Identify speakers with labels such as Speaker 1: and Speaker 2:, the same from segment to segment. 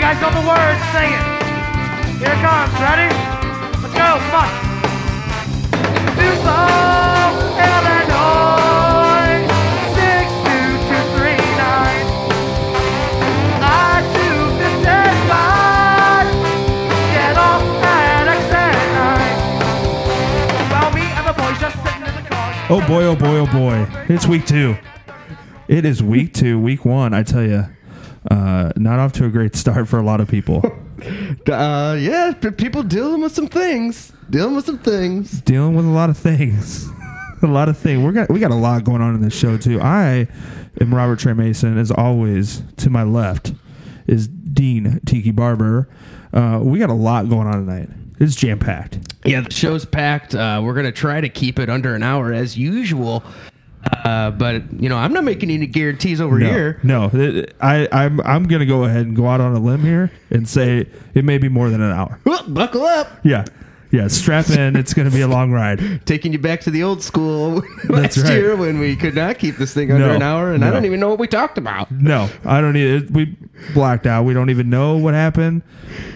Speaker 1: guys on the words, sing it. Here it comes, ready? Let's go, come on. Tupelo, Illinois, 62239. I-255, get off at exit nine. Well, me and the boys just sitting in the car.
Speaker 2: Oh boy, oh boy, oh boy. It's week two. It is week two, week one. I tell you, uh, not off to a great start for a lot of people.
Speaker 3: Uh, yeah, p- people dealing with some things. Dealing with some things.
Speaker 2: Dealing with a lot of things. a lot of things. We got we got a lot going on in this show too. I am Robert Trey Mason, as always. To my left is Dean Tiki Barber. Uh, we got a lot going on tonight. It's jam packed.
Speaker 4: Yeah, the show's packed. Uh, we're gonna try to keep it under an hour as usual. Uh, but you know, I'm not making any guarantees over
Speaker 2: No,
Speaker 4: here.
Speaker 2: no, it- I, I'm I'm gonna go ahead and go out on a limb here and say it may be more than an hour.
Speaker 4: Well, buckle up.
Speaker 2: Yeah, yeah. Strap in. it's gonna be a long ride.
Speaker 4: Taking you back to the old school
Speaker 2: That's
Speaker 4: last
Speaker 2: right.
Speaker 4: year when we could not keep this thing under
Speaker 2: No,
Speaker 4: an hour, and I
Speaker 2: no.
Speaker 4: don't even know what we talked about.
Speaker 2: No, I don't need it. We blacked out. We don't even know what happened.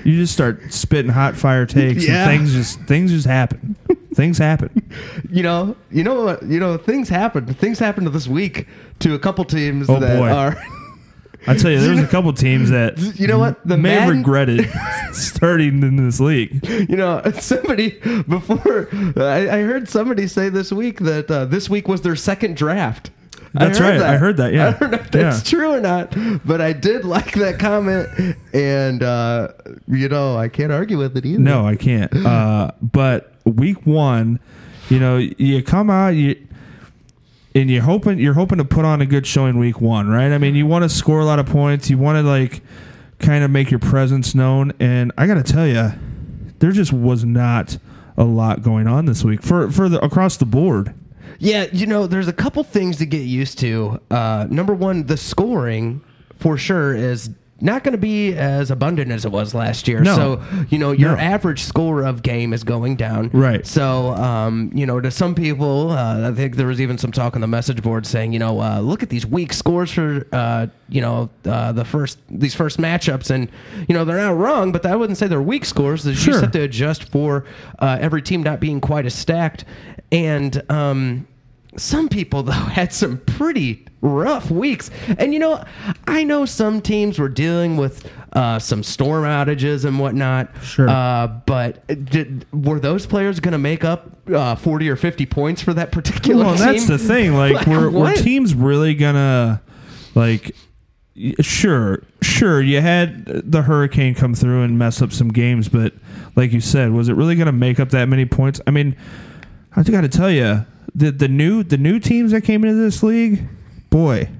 Speaker 2: You just start spitting hot fire takes,
Speaker 4: Yeah.
Speaker 2: and things just things just happen. things happen.
Speaker 4: You know, you know what? You know, things happen. Things happened this week to a couple teams
Speaker 2: Oh,
Speaker 4: that
Speaker 2: boy.
Speaker 4: are.
Speaker 2: I tell you, there was a couple teams that
Speaker 4: You know what? The
Speaker 2: may have
Speaker 4: Madden-
Speaker 2: regretted starting in this league.
Speaker 4: You know, somebody before I, I heard somebody say this week that uh, this week was their second draft.
Speaker 2: That's right. I heard that, yeah.
Speaker 4: I don't know if that's
Speaker 2: Yeah.
Speaker 4: true or not, but I did like that comment, and uh, you know, I can't argue with it either.
Speaker 2: No, I can't. Uh, but week one, you know, you come out you. And you're hoping you're hoping to put on a good showing week one, right? I mean, you want to score a lot of points. You want to like kind of make your presence known. And I got to tell you, there just was not a lot going on this week for for the across the board.
Speaker 4: Yeah, you know, there's a couple things to get used to. Uh, number one, the scoring for sure is not going to be as abundant as it was last year.
Speaker 2: No.
Speaker 4: So, you know, your
Speaker 2: No.
Speaker 4: average score of game is going down.
Speaker 2: Right.
Speaker 4: So, um, you know, to some people, uh, I think there was even some talk on the message board saying, you know, uh, look at these weak scores for, uh, you know, uh, the first these first matchups, and you know they're not wrong, but I wouldn't say they're weak scores. They
Speaker 2: Sure.
Speaker 4: just have to adjust for uh, every team not being quite as stacked. And um, some people, though, had some pretty rough weeks. And, you know, I know some teams were dealing with uh, some storm outages and whatnot.
Speaker 2: Sure.
Speaker 4: Uh, but did, were those players going to make up uh, 40 or 50 points for that particular
Speaker 2: Well,
Speaker 4: team?
Speaker 2: that's the thing. Like, were, were
Speaker 4: what?
Speaker 2: teams really gonna like? y- Sure, sure. You had the hurricane come through and mess up some games, but like you said, was it really gonna make up that many points? I mean, I got to tell you, the the new the new teams that came into this league, boy.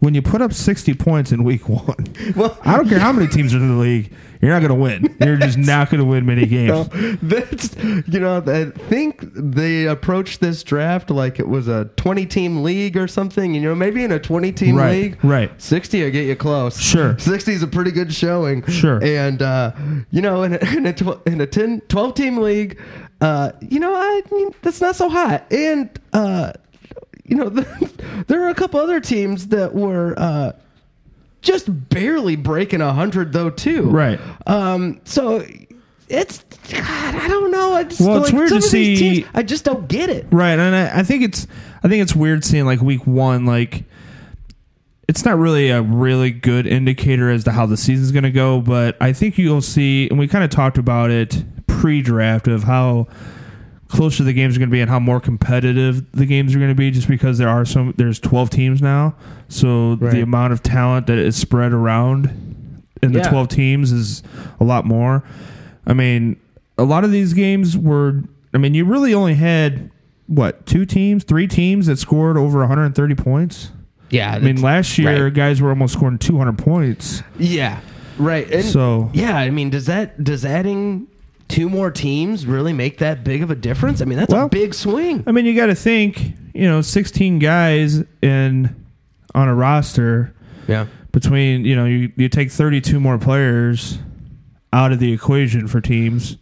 Speaker 2: When you put up sixty points in week one,
Speaker 4: Well-
Speaker 2: I don't care how many teams are in the league, you're not going to win. You're just not going to win many games.
Speaker 4: No, that's you know I think they approached this draft like it was a 20 team league or something. You know, maybe in a 20 team
Speaker 2: Right,
Speaker 4: league,
Speaker 2: right.
Speaker 4: 60 will get you close.
Speaker 2: Sure.
Speaker 4: 60 is a pretty good showing.
Speaker 2: Sure.
Speaker 4: and uh, you know, in a, in a, tw- in a 10, 12 team league, uh, you know, I that's not so hot and. Uh, you know, there are a couple other teams that were uh, just barely breaking a hundred, though, too.
Speaker 2: Right.
Speaker 4: Um, so it's God, I don't know. I just,
Speaker 2: Well, it's
Speaker 4: like,
Speaker 2: weird
Speaker 4: some
Speaker 2: to
Speaker 4: of these
Speaker 2: see-
Speaker 4: teams, I just don't get it.
Speaker 2: Right, and I, I think it's I think it's weird seeing like week one like it's not really a really good indicator as to how the season's going to go, but I think you'll see, and we kind of talked about it pre-draft of how close to the games are going to be and how more competitive the games are going to be, just because there are some there's 12 teams now, so
Speaker 4: Right.
Speaker 2: the amount of talent that is spread around in the
Speaker 4: Yeah.
Speaker 2: 12 teams is a lot more. I mean, a lot of these games were. I mean, you really only had what two teams, three teams that scored over 130 points.
Speaker 4: Yeah,
Speaker 2: I mean, last year
Speaker 4: right.
Speaker 2: guys were almost scoring 200 points.
Speaker 4: yeah, right. And
Speaker 2: So-
Speaker 4: yeah, I mean, does that does adding two more teams really make that big of a difference? I mean, that's
Speaker 2: Well-
Speaker 4: a big swing.
Speaker 2: I mean, you got to think, you know, 16 guys in on a roster
Speaker 4: Yeah,
Speaker 2: between, you know, you, you take 32 more players out of the equation for teams.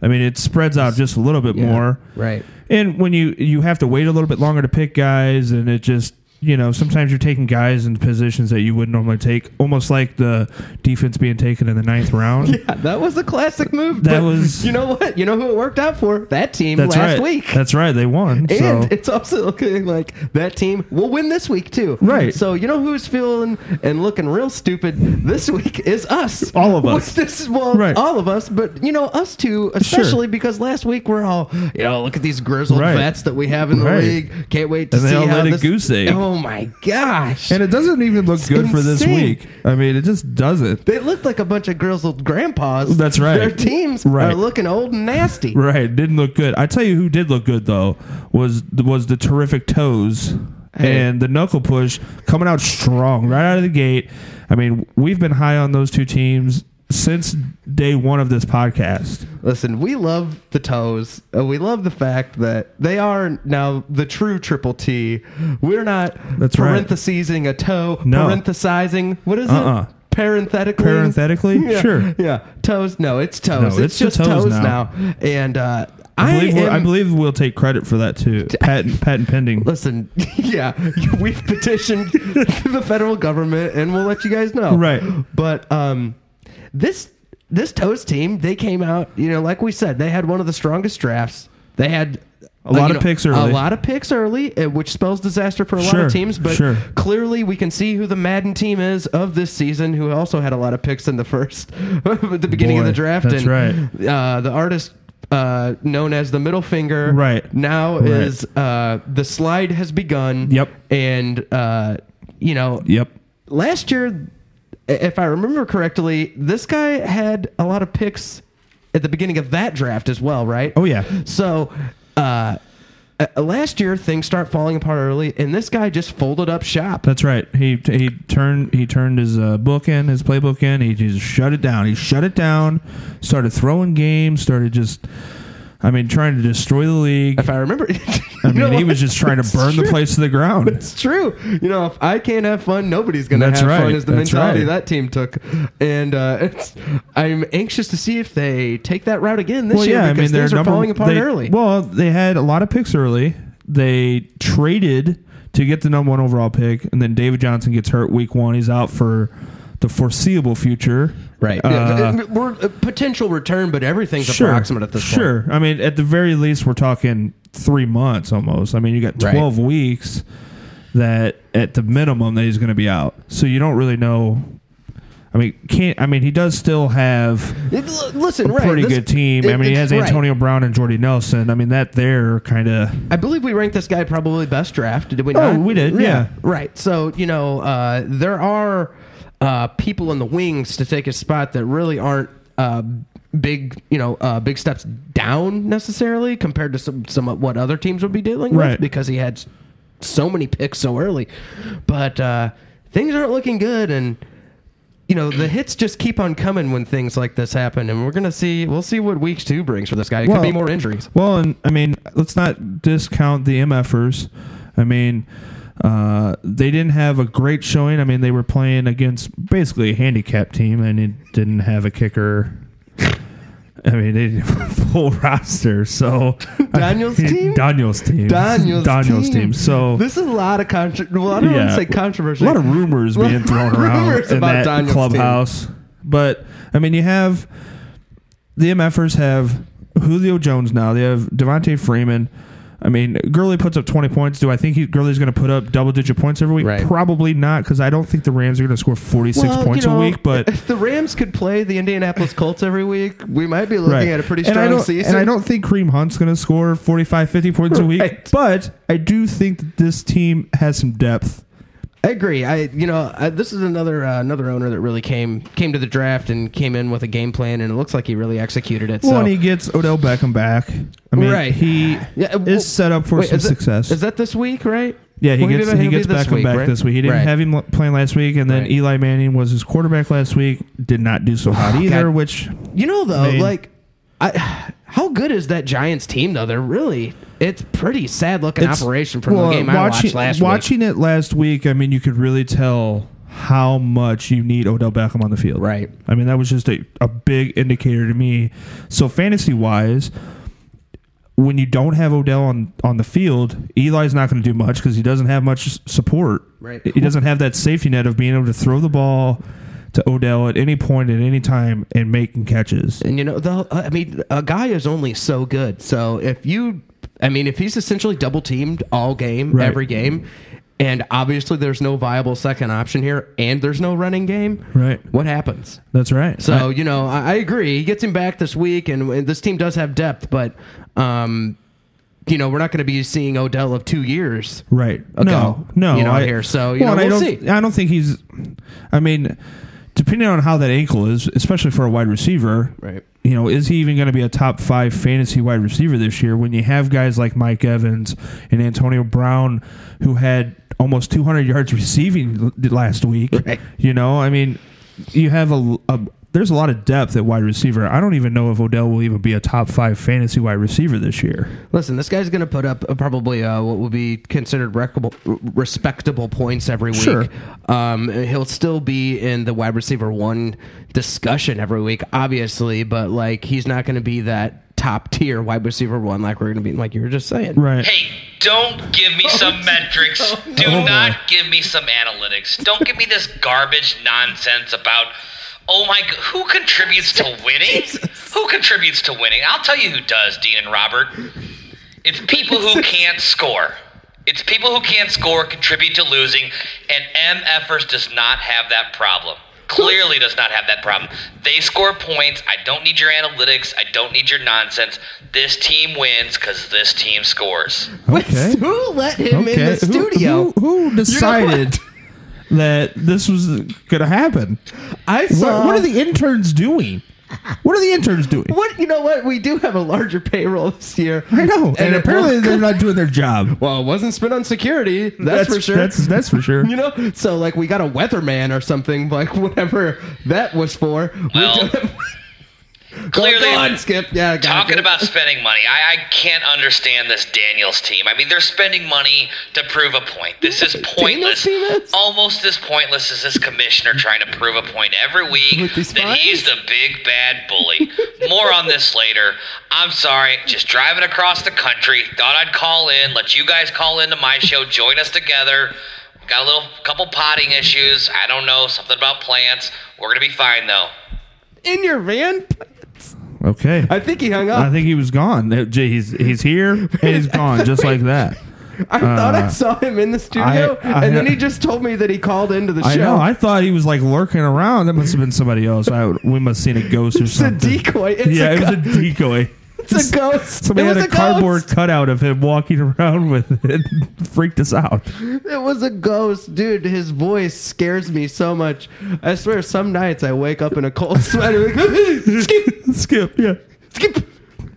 Speaker 2: I mean, it spreads out just a little bit more.
Speaker 4: right.
Speaker 2: And when you you have to wait a little bit longer to pick guys and it just you know, sometimes you're taking guys in positions that you wouldn't normally take, almost like the defense being taken in the ninth round.
Speaker 4: Yeah, that was a classic move.
Speaker 2: That
Speaker 4: but
Speaker 2: was-
Speaker 4: You know what? You know who it worked out for? That team
Speaker 2: That's
Speaker 4: last
Speaker 2: right.
Speaker 4: week.
Speaker 2: That's right. They won.
Speaker 4: and
Speaker 2: so.
Speaker 4: it's also looking like that team will win this week too.
Speaker 2: Right.
Speaker 4: So you know who's feeling and looking real stupid this week is us.
Speaker 2: All of
Speaker 4: What's
Speaker 2: us.
Speaker 4: This well,
Speaker 2: Right.
Speaker 4: all of us, but you know us too, especially because last week we're all you know look at these grizzled
Speaker 2: Right.
Speaker 4: vets that we have in the
Speaker 2: Right.
Speaker 4: league. Can't wait to
Speaker 2: And they
Speaker 4: see
Speaker 2: all
Speaker 4: how
Speaker 2: let it
Speaker 4: this.
Speaker 2: goose egg.
Speaker 4: Oh my gosh!
Speaker 2: And it doesn't even look good for this
Speaker 4: insane.
Speaker 2: week. I mean, it just doesn't.
Speaker 4: they look like a bunch of grizzled grandpas.
Speaker 2: That's right.
Speaker 4: Their teams
Speaker 2: Right.
Speaker 4: are looking old and nasty.
Speaker 2: Right, didn't look good. I tell you who did look good though was was the terrific toes
Speaker 4: Hey.
Speaker 2: and the knuckle push coming out strong right out of the gate. I mean, we've been high on those two teams since day one of this podcast.
Speaker 4: Listen, we love the toes. Uh, we love the fact that they are now the true triple T. We're not
Speaker 2: That's right.
Speaker 4: parenthesizing a toe,
Speaker 2: No.
Speaker 4: parenthesizing. What is
Speaker 2: Uh-uh.
Speaker 4: it? Parenthetically.
Speaker 2: Parenthetically?
Speaker 4: Yeah,
Speaker 2: Sure.
Speaker 4: Yeah. Toes. No, it's toes.
Speaker 2: No,
Speaker 4: it's,
Speaker 2: it's the
Speaker 4: just
Speaker 2: toes
Speaker 4: toes,
Speaker 2: now.
Speaker 4: now. And uh,
Speaker 2: I
Speaker 4: I,
Speaker 2: believe, we're-
Speaker 4: am-
Speaker 2: I believe we'll take credit for that too. Patent, patent pending.
Speaker 4: Listen, yeah, we've petitioned the federal government, and we'll let you guys know.
Speaker 2: Right.
Speaker 4: but um, this this Toast team, they came out, you know, like we said, they had one of the strongest drafts. They had uh,
Speaker 2: A lot of picks early.
Speaker 4: a lot of picks early, uh, which spells disaster for a lot
Speaker 2: Sure,
Speaker 4: of teams. But
Speaker 2: sure.
Speaker 4: clearly, we can see who the Madden team is of this season, who also had a lot of picks in the first, at the beginning
Speaker 2: Boy,
Speaker 4: of the draft.
Speaker 2: that's
Speaker 4: and,
Speaker 2: right.
Speaker 4: Uh, the artist. Uh, known as the middle finger,
Speaker 2: Right.
Speaker 4: now
Speaker 2: Right.
Speaker 4: is uh, the slide has begun.
Speaker 2: Yep.
Speaker 4: And uh, you know,
Speaker 2: Yep.
Speaker 4: last year, i- if I remember correctly, this guy had a lot of picks at the beginning of that draft as well, right?
Speaker 2: Oh yeah.
Speaker 4: So, uh, uh, last year things start falling apart early, and this guy just folded up shop.
Speaker 2: That's right. He he turned he turned his uh, book in, his playbook in. He just shut it down. He shut it down. Started throwing games. Started just, I mean, trying to destroy the league.
Speaker 4: If I remember,
Speaker 2: I mean, he was just trying to burn the place to the ground.
Speaker 4: It's true. You know, if I can't have fun, nobody's gonna
Speaker 2: That's
Speaker 4: have
Speaker 2: right.
Speaker 4: fun. Is the
Speaker 2: That's
Speaker 4: mentality
Speaker 2: right.
Speaker 4: that team took, and uh, it's, I'm anxious to see if they take that route again this
Speaker 2: Well,
Speaker 4: year
Speaker 2: yeah, I mean,
Speaker 4: because
Speaker 2: they're
Speaker 4: things are
Speaker 2: number,
Speaker 4: falling apart
Speaker 2: they-
Speaker 4: early.
Speaker 2: Well, they had a lot of picks early. They traded to get the number one overall pick, and then David Johnson gets hurt week one. He's out for the foreseeable future.
Speaker 4: right,
Speaker 2: Uh,
Speaker 4: Yeah, we're a potential return, but everything's approximate at this point.
Speaker 2: sure. I mean, at the very least, we're talking three months almost. I mean, you got
Speaker 4: Right.
Speaker 2: 12 weeks that at the minimum that he's going to be out. So you don't really know. I mean, can't. I mean, he does still have
Speaker 4: It- l- listen,
Speaker 2: a
Speaker 4: right,
Speaker 2: pretty
Speaker 4: this-
Speaker 2: good team. I
Speaker 4: it-
Speaker 2: mean, he has
Speaker 4: it's- right.
Speaker 2: Antonio Brown and Jordy Nelson. I mean, that there kind of
Speaker 4: I believe we ranked this guy probably best draft. Did we?
Speaker 2: Oh,
Speaker 4: not?
Speaker 2: we did, yeah.
Speaker 4: Right. So you know, uh, there are uh, people in the wings to take his spot that really aren't. Uh, Big, you know, uh, big steps down necessarily compared to some, some of what other teams would be dealing
Speaker 2: Right.
Speaker 4: with because he had s- so many picks so early. But uh, things aren't looking good, and you know the hits just keep on coming when things like this happen. And we're gonna see, we'll see what week two brings for this guy. It
Speaker 2: Well,
Speaker 4: could be more injuries.
Speaker 2: Well, and I mean, let's not discount the MFers. I mean, uh, they didn't have a great showing. I mean, they were playing against basically a handicapped team, and it didn't have a kicker. I mean, they didn't have a full roster. So
Speaker 4: Daniel's team?
Speaker 2: Daniel's team,
Speaker 4: Daniel's,
Speaker 2: Daniel's team.
Speaker 4: team.
Speaker 2: So
Speaker 4: this is a lot of contro. Well, I don't want
Speaker 2: Yeah.
Speaker 4: to say controversy.
Speaker 2: a lot of rumors
Speaker 4: A lot
Speaker 2: being
Speaker 4: of
Speaker 2: thrown around
Speaker 4: rumors
Speaker 2: in
Speaker 4: about
Speaker 2: that
Speaker 4: Daniel's team.
Speaker 2: clubhouse. But I mean, you have the MFers have Julio Jones now. They have Devontae Freeman. I mean, Gurley puts up 20 points. Do I think he, Gurley's going to put up double digit points every week?
Speaker 4: Right.
Speaker 2: Probably not because I don't think the Rams are going to score 46
Speaker 4: Well,
Speaker 2: points
Speaker 4: you know,
Speaker 2: a week. But
Speaker 4: if the Rams could play the Indianapolis Colts every week, we might be looking
Speaker 2: Right.
Speaker 4: at a pretty
Speaker 2: and I
Speaker 4: strong
Speaker 2: don't-
Speaker 4: season.
Speaker 2: And I don't think Cream Hunt's going to score 45, 50 points a week.
Speaker 4: Right.
Speaker 2: But I do think that this team has some depth.
Speaker 4: I agree. I you know I, this is another uh, another owner that really came came to the draft and came in with a game plan, and it looks like he really executed it.
Speaker 2: Well,
Speaker 4: so.
Speaker 2: and he gets Odell Beckham back. I mean,
Speaker 4: Right.
Speaker 2: he
Speaker 4: Yeah, well-
Speaker 2: is set up for
Speaker 4: Wait,
Speaker 2: some
Speaker 4: is that-
Speaker 2: success.
Speaker 4: Is that this week, right?
Speaker 2: yeah, he
Speaker 4: When
Speaker 2: gets
Speaker 4: did I-
Speaker 2: he
Speaker 4: it'll be
Speaker 2: gets back and back
Speaker 4: right?
Speaker 2: this week. He didn't
Speaker 4: Right.
Speaker 2: have him l- playing last week, and then
Speaker 4: Right.
Speaker 2: Eli Manning was his quarterback last week. Did not do so hot either.
Speaker 4: God.
Speaker 2: Which
Speaker 4: You know, though,
Speaker 2: Maine.
Speaker 4: like, I, how good is that Giants team? Though they're really, it's pretty sad looking
Speaker 2: it's-
Speaker 4: operation from
Speaker 2: well,
Speaker 4: the game I watched last
Speaker 2: watching it last week, I mean, you could really tell how much you need Odell Beckham on the field.
Speaker 4: week. Right.
Speaker 2: I mean, that was just a, a big indicator to me. So fantasy wise, when you don't have Odell on, on the field, Eli's not going to do much because he doesn't have much s- support.
Speaker 4: Right.
Speaker 2: He doesn't have that safety net of being able to throw the ball to Odell at any point at any time and making catches.
Speaker 4: And you know, the, uh, I mean, a guy is only so good. So if you, I mean, if he's essentially double teamed all game,
Speaker 2: Right.
Speaker 4: every game, and obviously there's no viable second option here, and there's no running game,
Speaker 2: Right.
Speaker 4: What happens?
Speaker 2: That's right.
Speaker 4: So you know, I, I agree. He gets him back this week, and, and this team does have depth, but, um, you know, we're not going to be seeing Odell of two years.
Speaker 2: Right.
Speaker 4: ago,
Speaker 2: No. No.
Speaker 4: you know, here. So, you know,
Speaker 2: and I
Speaker 4: we'll
Speaker 2: don't,
Speaker 4: see.
Speaker 2: I don't think he's. I mean, depending on how that ankle is, especially for a wide receiver.
Speaker 4: Right.
Speaker 2: You know, is he even going to be a top five fantasy wide receiver this year when you have guys like Mike Evans and Antonio Brown who had almost 200 yards receiving l- last week?
Speaker 4: Right.
Speaker 2: You know, I mean, you have a, a there's a lot of depth at wide receiver. I don't even know if Odell will even be a top five fantasy wide receiver this year.
Speaker 4: Listen, this guy's going to put up uh, probably uh, what would be considered recable- respectable points every week.
Speaker 2: Sure.
Speaker 4: Um, he'll still be in the wide receiver one discussion every week, obviously, but like he's not going to be that top tier wide receiver one like we're going to be like you were just saying.
Speaker 2: Right.
Speaker 5: Hey, don't give me some metrics. Do not give me some analytics. Don't give me this garbage nonsense about, oh my, g- who contributes to winning? Who contributes to winning? I'll tell you who does, Dean and Robert. It's people who can't score. It's people who can't score contribute to losing, and MFers does not have that problem. Clearly does not have that problem. They score points. I don't need your analytics. I don't need your nonsense. This team wins because this team scores.
Speaker 2: Okay.
Speaker 4: Who let him in
Speaker 2: Okay.
Speaker 4: the
Speaker 2: Who,
Speaker 4: studio?
Speaker 2: who, who decided that this was going to happen?
Speaker 4: I
Speaker 2: What,
Speaker 4: saw.
Speaker 2: what are the interns doing? What are the interns doing?
Speaker 4: What you know? What we do have a larger payroll this year.
Speaker 2: I know. And,
Speaker 4: it
Speaker 2: apparently
Speaker 4: won't-
Speaker 2: they're not doing their job.
Speaker 4: well, it wasn't spent on security. That's, for sure.
Speaker 2: That's that's for sure.
Speaker 4: you know, so like we got a weatherman or something, like whatever that was for. We
Speaker 5: Well,
Speaker 4: don't-
Speaker 5: Clearly,
Speaker 4: Go on, Skip. Yeah, got
Speaker 5: talking
Speaker 4: it.
Speaker 5: about spending money, I, I can't understand this Daniels team. I mean, they're spending money to prove a point. This is pointless.
Speaker 4: team is?
Speaker 5: Almost as pointless as this commissioner trying to prove a point every week
Speaker 4: With these
Speaker 5: that he's the big bad bully. More on this later. I'm sorry, just driving across the country. Thought I'd call in, let you guys call into my show, join us together. Got a little couple potting issues. I don't know, something about plants. We're going to be fine though.
Speaker 4: in your van.
Speaker 2: Okay.
Speaker 4: I think he hung
Speaker 2: I
Speaker 4: up.
Speaker 2: think he was gone. Uh, gee, He's he's here and he's gone just like that.
Speaker 4: I, thought I
Speaker 2: uh,
Speaker 4: saw him in the studio,
Speaker 2: I-
Speaker 4: and then
Speaker 2: I-
Speaker 4: he just told me that he called into the show.
Speaker 2: I know. I thought he was like lurking around. That must have been somebody else. I would- we must have seen a ghost or
Speaker 4: it's a
Speaker 2: something.
Speaker 4: decoy. It's
Speaker 2: yeah,
Speaker 4: a,
Speaker 2: it was
Speaker 4: go-
Speaker 2: a decoy.
Speaker 4: it's a ghost.
Speaker 2: Somebody
Speaker 4: it
Speaker 2: had
Speaker 4: was
Speaker 2: a, cardboard cutout of him walking around with it. Freaked us out.
Speaker 4: Ghost. It was a ghost, dude. His voice scares me so much. I swear, some nights I wake up in a cold sweat. and I'm like, skip,
Speaker 2: Skip, yeah.
Speaker 4: skip.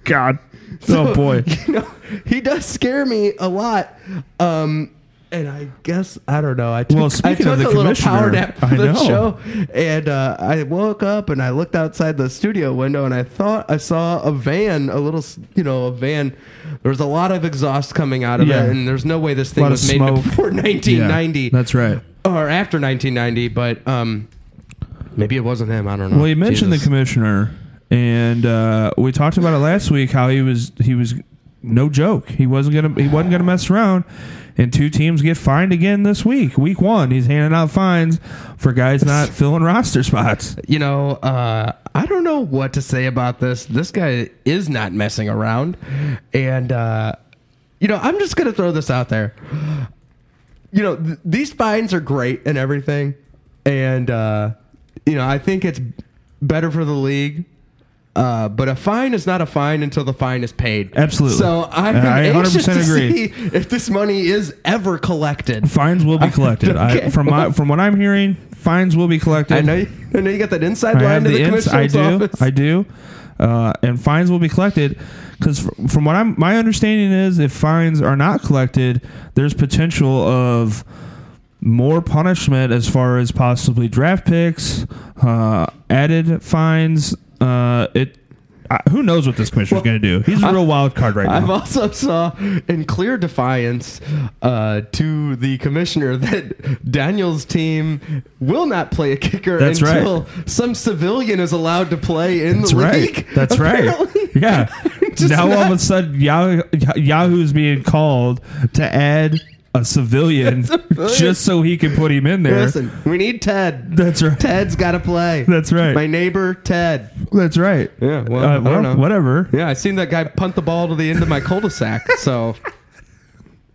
Speaker 2: God.
Speaker 4: So,
Speaker 2: oh boy.
Speaker 4: you know, he does scare me a lot. Um, and I guess I don't know. I took,
Speaker 2: Well,
Speaker 4: I
Speaker 2: speaking
Speaker 4: took
Speaker 2: of the
Speaker 4: a little power
Speaker 2: commissioner,
Speaker 4: nap for
Speaker 2: I
Speaker 4: the
Speaker 2: know.
Speaker 4: show, and uh, I woke up and I looked outside the studio window and I thought I saw a van, a little, s- you know, a van. There was a lot of exhaust coming out of
Speaker 2: Yeah.
Speaker 4: it, and there's no way this thing
Speaker 2: Lot
Speaker 4: was
Speaker 2: of
Speaker 4: made
Speaker 2: smoke.
Speaker 4: before 1990
Speaker 2: Yeah, that's right.
Speaker 4: or after 1990. But um, maybe it wasn't him. I don't know.
Speaker 2: Well, you mentioned
Speaker 4: Jesus.
Speaker 2: the commissioner, and uh, we talked about it last week. How he was he was no joke. He wasn't gonna he wasn't gonna mess around. And two teams get fined again this week. Week one, he's handing out fines for guys not filling roster spots.
Speaker 4: you know, uh, I don't know what to say about this. This guy is not messing around. And, uh, you know, I'm just going to throw this out there. You know, th- these fines are great and everything. And, uh, you know, I think it's better for the league. Uh, but a fine is not a fine until the fine is paid.
Speaker 2: Absolutely.
Speaker 4: So I'm
Speaker 2: I
Speaker 4: anxious
Speaker 2: 100%
Speaker 4: to
Speaker 2: agree.
Speaker 4: see if this money is ever collected.
Speaker 2: Fines will be collected. I,
Speaker 4: Okay.
Speaker 2: from my from what I'm hearing, fines will be collected.
Speaker 4: I know. You, I know you got that inside
Speaker 2: I
Speaker 4: line
Speaker 2: have
Speaker 4: to the,
Speaker 2: the ins. I
Speaker 4: commissioner's
Speaker 2: do.
Speaker 4: office.
Speaker 2: I do. Uh, and fines will be collected because, from what I'm, my understanding is, if fines are not collected, there's potential of more punishment as far as possibly draft picks, uh, added fines. Uh, it. I, who knows what this commissioner's going to do? He's a real wild card right
Speaker 4: I've
Speaker 2: now.
Speaker 4: also saw in clear defiance uh, to the commissioner that Daniel's team will not play a kicker
Speaker 2: That's right.
Speaker 4: until some civilian is allowed to play in
Speaker 2: That's
Speaker 4: the
Speaker 2: right.
Speaker 4: league.
Speaker 2: That's right.
Speaker 4: apparently.
Speaker 2: Yeah.
Speaker 4: Just
Speaker 2: now all of a
Speaker 4: not-
Speaker 2: sudden Yahoo, Yahoo's being called to add a civilian,
Speaker 4: civilian.
Speaker 2: just so he can put him in there.
Speaker 4: Listen, we need Ted.
Speaker 2: That's right.
Speaker 4: Ted's got to play.
Speaker 2: That's right.
Speaker 4: My neighbor Ted.
Speaker 2: That's right.
Speaker 4: Yeah, well,
Speaker 2: Uh,
Speaker 4: I don't know.
Speaker 2: Whatever.
Speaker 4: Yeah, I seen that guy punt the ball to the end of my cul-de-sac. So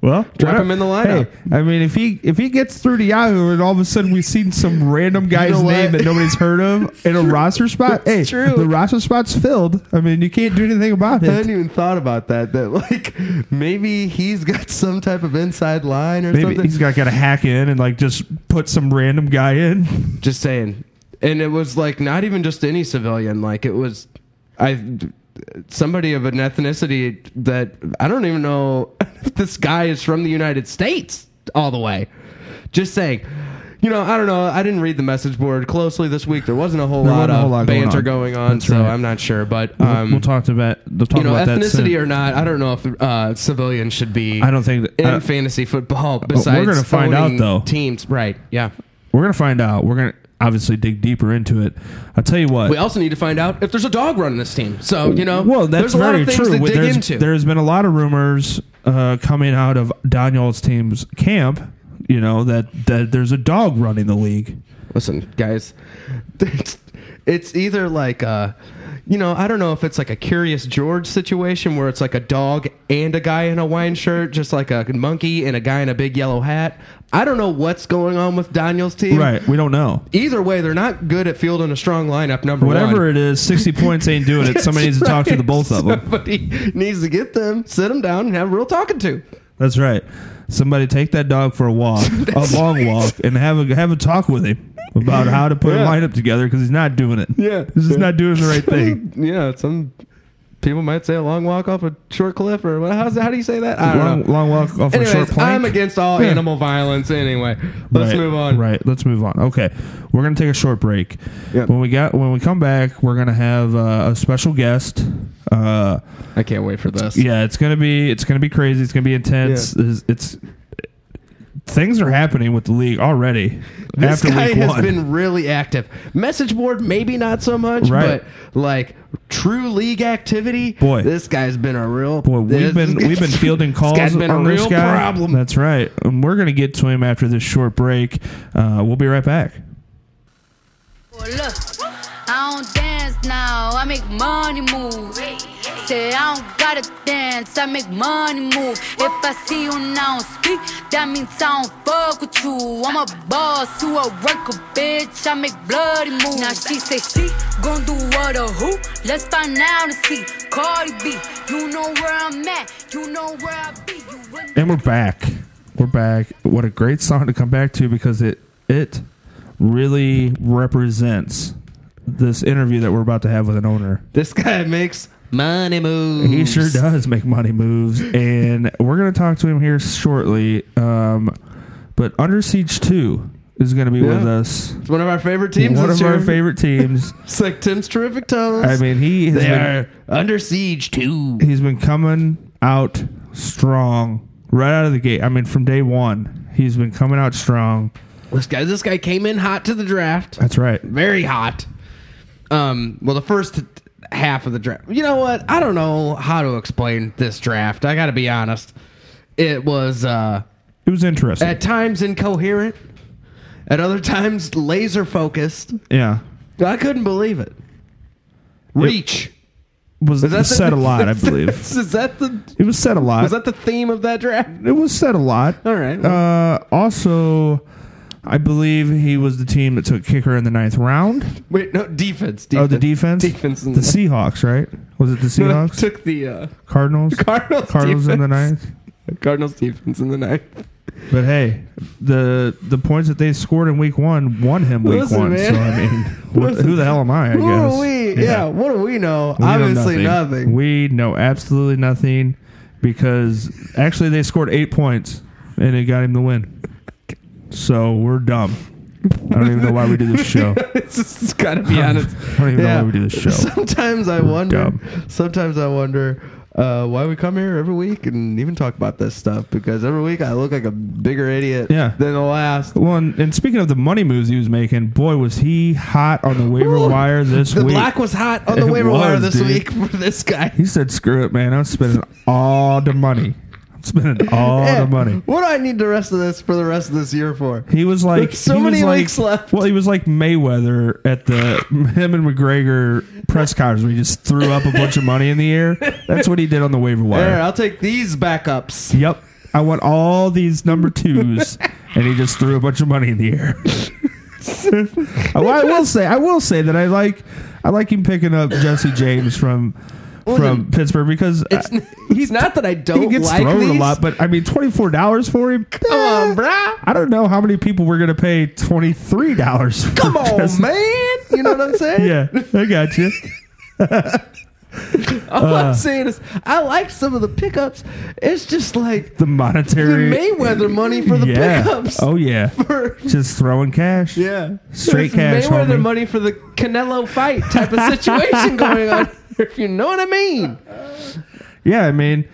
Speaker 2: Well,
Speaker 4: Drop
Speaker 2: whatever.
Speaker 4: him in the lineup.
Speaker 2: Hey, I mean, if he if he gets through to Yahoo and all of a sudden we've seen some random guy's
Speaker 4: know what?
Speaker 2: name that nobody's heard of in a roster spot, hey,
Speaker 4: true.
Speaker 2: the roster spot's filled. I mean, you can't do anything about
Speaker 4: I
Speaker 2: it.
Speaker 4: hadn't even thought about that. That like maybe he's got some type of inside line or
Speaker 2: Maybe
Speaker 4: something.
Speaker 2: he's got got to hack in and like just put some random guy in.
Speaker 4: just saying. And it was like not even just any civilian. Like it was, I somebody of an ethnicity that I don't even know. if this guy is from the United States all the way. Just saying. You know, I don't know. I didn't read the message board closely this week. There wasn't a whole
Speaker 2: There
Speaker 4: lot
Speaker 2: wasn't a
Speaker 4: of
Speaker 2: whole lot going
Speaker 4: banter
Speaker 2: on.
Speaker 4: going on,
Speaker 2: That's
Speaker 4: so
Speaker 2: right.
Speaker 4: I'm not sure. But
Speaker 2: We'll-
Speaker 4: um,
Speaker 2: we'll talk to that. We'll talk
Speaker 4: you know,
Speaker 2: about that
Speaker 4: ethnicity
Speaker 2: soon.
Speaker 4: or not, I don't know if uh, civilian should be.
Speaker 2: I don't think that-
Speaker 4: in
Speaker 2: I-
Speaker 4: fantasy football. Besides,
Speaker 2: gonna find
Speaker 4: owning
Speaker 2: out, though.
Speaker 4: Teams, right? Yeah.
Speaker 2: We're gonna find out. We're gonna obviously dig deeper into it. I'll tell you what.
Speaker 4: We also need to find out if there's a dog running this team. So you know,
Speaker 2: well, that's
Speaker 4: there's a lot
Speaker 2: very
Speaker 4: of things
Speaker 2: true.
Speaker 4: to dig
Speaker 2: there's,
Speaker 4: into.
Speaker 2: there's been a lot of rumors uh, coming out of Daniel's team's camp. You know that that there's a dog running the league.
Speaker 4: Listen, guys, it's, it's either like uh you know, I don't know if it's like a Curious George situation where it's like a dog and a guy in a wine shirt, just like a monkey and a guy in a big yellow hat. I don't know what's going on with Daniel's team.
Speaker 2: Right. We don't know.
Speaker 4: Either way, they're not good at fielding a strong lineup. Number
Speaker 2: Whatever
Speaker 4: one.
Speaker 2: it is, sixty points ain't doing it. Somebody needs to talk to the both of them.
Speaker 4: Somebody needs to get them, sit them down, and have a real talking to.
Speaker 2: That's right. Somebody take that dog for a walk, a long walk, and have a have a talk with him about how to put
Speaker 4: Yeah.
Speaker 2: a lineup together because he's not doing it.
Speaker 4: Yeah.
Speaker 2: he's just not doing the right thing.
Speaker 4: yeah, some people might say a long walk off a short cliff, or what- how's, how do you say that? I don't
Speaker 2: Long,
Speaker 4: know.
Speaker 2: long walk off a short
Speaker 4: Anyways,
Speaker 2: plank.
Speaker 4: I'm against all
Speaker 2: Yeah.
Speaker 4: animal violence anyway. Let's
Speaker 2: Right,
Speaker 4: move on.
Speaker 2: Right. Let's move on. Okay, we're gonna take a short break.
Speaker 4: Yep.
Speaker 2: When we got when we come back, we're gonna have uh, a special guest. Uh,
Speaker 4: I can't wait for this.
Speaker 2: yeah, it's gonna be it's gonna be crazy. It's gonna be intense. It's, it's things are happening with the league already.
Speaker 4: This
Speaker 2: after
Speaker 4: guy
Speaker 2: week
Speaker 4: has
Speaker 2: one.
Speaker 4: been really active. Message board, maybe not so much,
Speaker 2: Right.
Speaker 4: but like true league activity.
Speaker 2: Boy.
Speaker 4: this guy's been a real.
Speaker 2: Boy, we've been we've been fielding calls
Speaker 4: this guy's been
Speaker 2: on
Speaker 4: a real
Speaker 2: this guy.
Speaker 4: problem.
Speaker 2: That's right, and we're gonna get to him after this short break. Uh, we'll be right back.
Speaker 6: Well, Look, I don't dance now, I make money move. Say I don't gotta dance, I make money move. If I see you now speak, that means I don't fuck with you. I'm a boss, you a worker, bitch. I make bloody moves. Now she say she gon' do what or who? Let's find out and see. Cardi B, you know where I'm at, you know where I be. You really-
Speaker 2: And we're back. We're back. What a great song to come back to because it it really represents this interview that we're about to have with an owner.
Speaker 4: This guy makes money moves.
Speaker 2: He sure does make money moves, and we're going to talk to him here shortly. Um, but Under Siege Two is going to be with
Speaker 4: Yeah.
Speaker 2: us.
Speaker 4: It's one of our favorite teams.
Speaker 2: One
Speaker 4: this
Speaker 2: of our
Speaker 4: year.
Speaker 2: favorite teams.
Speaker 4: It's like Tim's terrific tones.
Speaker 2: I mean, he has
Speaker 4: they
Speaker 2: been,
Speaker 4: are under siege too.
Speaker 2: he's been coming out strong right out of the gate. I mean, from day one, he's been coming out strong.
Speaker 4: This guy, this guy came in hot to the draft.
Speaker 2: That's right.
Speaker 4: very hot. Um, well, the first half of the draft. You know what? I don't know how to explain this draft. I got to be honest. It was uh,
Speaker 2: It was interesting.
Speaker 4: at times incoherent, at other times laser focused.
Speaker 2: yeah.
Speaker 4: I couldn't believe it. Reach.
Speaker 2: was
Speaker 4: Is that the-
Speaker 2: said a lot, I believe.
Speaker 4: Is that the
Speaker 2: It was said a lot.
Speaker 4: was that the theme of that draft?
Speaker 2: it was said a lot.
Speaker 4: All right.
Speaker 2: Uh, also, I believe he was the team that took kicker in the ninth round.
Speaker 4: Wait, no defense. defense
Speaker 2: Oh, the defense.
Speaker 4: Defense. in
Speaker 2: The Seahawks, right? Was it the
Speaker 4: No, no,
Speaker 2: Seahawks?
Speaker 4: took the uh,
Speaker 2: Cardinals.
Speaker 4: Cardinals
Speaker 2: Cardinals in the
Speaker 4: defense.
Speaker 2: ninth.
Speaker 4: Cardinals defense in the ninth.
Speaker 2: But hey, the the points that they scored in week one won him week
Speaker 4: Listen,
Speaker 2: one.
Speaker 4: man.
Speaker 2: So I mean, what, who the hell am I? I
Speaker 4: What
Speaker 2: guess.
Speaker 4: do we? Yeah. What do we know?
Speaker 2: We know
Speaker 4: Obviously nothing.
Speaker 2: We know absolutely nothing because actually they scored eight points and it got him the win. So we're dumb. I don't even know why we do this show.
Speaker 4: it's just it's gotta be honest.
Speaker 2: I don't even know why we do this show.
Speaker 4: Sometimes I wonder.
Speaker 2: dumb.
Speaker 4: Sometimes I wonder uh, why we come here every week and even talk about this stuff because every week I look like a bigger idiot
Speaker 2: Yeah.
Speaker 4: than the last.
Speaker 2: Well, and, and speaking of the money moves he was making, boy, was he hot on the waiver
Speaker 4: Ooh,
Speaker 2: wire this
Speaker 4: The
Speaker 2: week.
Speaker 4: black was hot on the
Speaker 2: It
Speaker 4: waiver wire
Speaker 2: was,
Speaker 4: this
Speaker 2: dude.
Speaker 4: week for this guy.
Speaker 2: he said, "Screw it, man! I'm spending all the money. I'm spending all
Speaker 4: Yeah.
Speaker 2: the money."
Speaker 4: What do I need the rest of this for the rest of this year for?
Speaker 2: He was like
Speaker 4: There's so
Speaker 2: he was
Speaker 4: many
Speaker 2: like-
Speaker 4: weeks left.
Speaker 2: Well, he was like Mayweather at the him and McGregor press conference where he just threw up a bunch of money in the air. That's what he did on the waiver
Speaker 4: There,
Speaker 2: wire.
Speaker 4: I'll take these backups.
Speaker 2: Yep. I want all these number twos, and he just threw a bunch of money in the air. well, I will say, I will say that I like, I like him picking up Jesse James from, from Pittsburgh because
Speaker 4: It's,
Speaker 2: I-
Speaker 4: he's not that I don't
Speaker 2: he gets
Speaker 4: like
Speaker 2: thrown
Speaker 4: these.
Speaker 2: a lot, but I mean, twenty four dollars for him.
Speaker 4: Come
Speaker 2: eh,
Speaker 4: on, bruh.
Speaker 2: I don't know how many people we're gonna pay twenty three dollars.
Speaker 4: Come on, man. You know what I'm saying?
Speaker 2: Yeah, I got you.
Speaker 4: All
Speaker 2: Uh.
Speaker 4: I'm saying is, I like some of the pickups. It's just like
Speaker 2: The
Speaker 4: the
Speaker 2: monetary
Speaker 4: Mayweather money for the
Speaker 2: yeah.
Speaker 4: pickups.
Speaker 2: Oh yeah,
Speaker 4: For-
Speaker 2: just throwing cash.
Speaker 4: yeah.
Speaker 2: Straight
Speaker 4: There's
Speaker 2: cash,
Speaker 4: Mayweather
Speaker 2: homie.
Speaker 4: money for the Canelo fight type of situation going on. If you know what I mean.
Speaker 2: Yeah, I mean,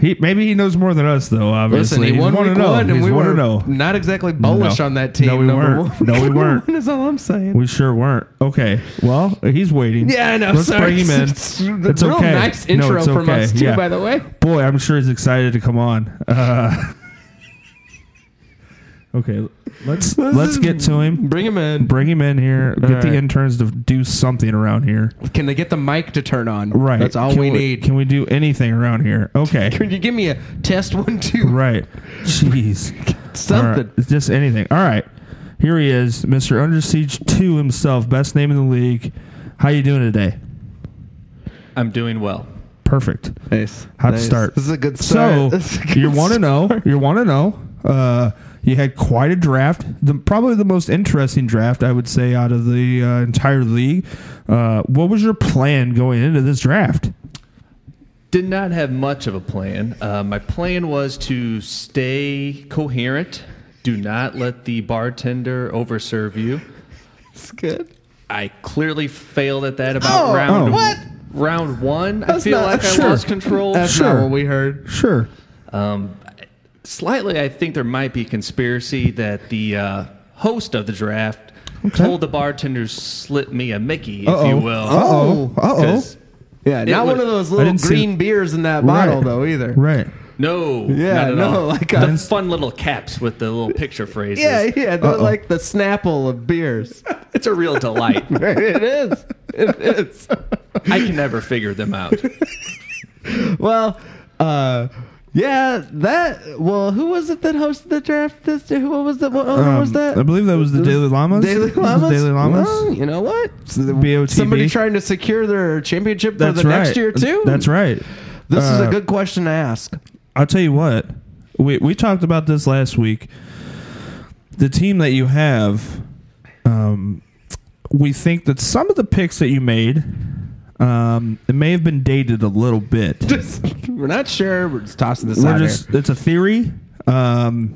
Speaker 2: he maybe he knows more than us though. Obviously, he's one to
Speaker 4: week
Speaker 2: know.
Speaker 4: one,
Speaker 2: He's
Speaker 4: and we
Speaker 2: one oh. to
Speaker 4: were
Speaker 2: know.
Speaker 4: not exactly bullish on that team.
Speaker 2: No, we
Speaker 4: number
Speaker 2: weren't.
Speaker 4: One.
Speaker 2: No, we weren't.
Speaker 4: That's all I'm saying.
Speaker 2: We sure weren't. Okay. Well, he's waiting.
Speaker 4: yeah, I know.
Speaker 2: Let's
Speaker 4: sorry.
Speaker 2: bring him in.
Speaker 4: It's,
Speaker 2: It's
Speaker 4: real
Speaker 2: okay.
Speaker 4: nice
Speaker 2: No,
Speaker 4: intro
Speaker 2: it's
Speaker 4: from
Speaker 2: okay.
Speaker 4: us too,
Speaker 2: Yeah.
Speaker 4: by the way.
Speaker 2: Boy, I'm sure he's excited to come on. Uh, okay, let's let's get to him.
Speaker 4: Bring him in.
Speaker 2: Bring him in here. Get the
Speaker 4: right.
Speaker 2: interns to do something around here.
Speaker 4: Can they get the mic to turn on?
Speaker 2: Right.
Speaker 4: That's all
Speaker 2: Can
Speaker 4: we need.
Speaker 2: Can we do anything around here? Okay.
Speaker 4: Can you give me a test one, two,
Speaker 2: right. Jeez. All right.
Speaker 4: something?
Speaker 2: Just anything. All right. Here he is, Mr. Under Siege 2 himself, best name in the league. How you doing today?
Speaker 7: I'm doing well.
Speaker 2: Perfect.
Speaker 4: Nice.
Speaker 2: Hot start.
Speaker 4: This is a good
Speaker 2: So
Speaker 4: start. This is a good
Speaker 2: you want to
Speaker 4: start.
Speaker 2: know? You want to know? Uh, you had quite a draft. The probably the most interesting draft I would say out of the uh, entire league. Uh, what was your plan going into this draft?
Speaker 7: Did not have much of a plan. Uh, my plan was to stay coherent. Do not let the bartender overserve you.
Speaker 4: It's good.
Speaker 7: I clearly failed at that about
Speaker 4: Oh,
Speaker 7: round
Speaker 2: oh. What?
Speaker 7: round one. I
Speaker 4: That's
Speaker 7: feel
Speaker 4: not-
Speaker 7: like
Speaker 4: sure.
Speaker 7: I lost control.
Speaker 4: That's
Speaker 2: Sure.
Speaker 4: not what we heard.
Speaker 2: Sure.
Speaker 7: Um, slightly, I think there might be conspiracy that the uh, host of the draft told the bartenders slip me a Mickey, if you will.
Speaker 2: Uh-oh. Uh-oh.
Speaker 7: 'Cause-
Speaker 4: Yeah, not
Speaker 7: was-
Speaker 4: one of those
Speaker 2: I
Speaker 4: little
Speaker 2: didn't see
Speaker 4: green
Speaker 2: it.
Speaker 4: beers in that bottle
Speaker 2: Right.
Speaker 4: though either.
Speaker 2: Right.
Speaker 7: No,
Speaker 4: Yeah,
Speaker 7: not at
Speaker 4: no,
Speaker 7: all.
Speaker 4: like
Speaker 7: the
Speaker 4: I-
Speaker 7: fun little caps with the little picture phrases.
Speaker 4: Yeah, yeah, they're
Speaker 2: Uh-oh.
Speaker 4: like the Snapple of beers.
Speaker 7: It's a real delight.
Speaker 4: it is. It is.
Speaker 7: I can never figure them out.
Speaker 4: Well, uh, yeah, that. Well, who was it that hosted the draft? This year? what was that? What owner
Speaker 2: Um,
Speaker 4: was that?
Speaker 2: I believe that was the Daily Llamas.
Speaker 4: Daily
Speaker 2: It was
Speaker 4: Llamas.
Speaker 2: the Daily Llamas.
Speaker 4: Well, you know what?
Speaker 2: BOTB.
Speaker 4: Somebody trying to secure their championship for
Speaker 2: That's
Speaker 4: the
Speaker 2: right.
Speaker 4: next year too.
Speaker 2: That's right.
Speaker 4: This is
Speaker 2: Uh,
Speaker 4: a good question to ask.
Speaker 2: I'll tell you what. We we talked about this last week. The team that you have, um, we think that some of the picks that you made, um, it may have been dated a little bit.
Speaker 4: We're not sure. We're just tossing this
Speaker 2: We're
Speaker 4: out
Speaker 2: just
Speaker 4: here.
Speaker 2: it's a theory. Um,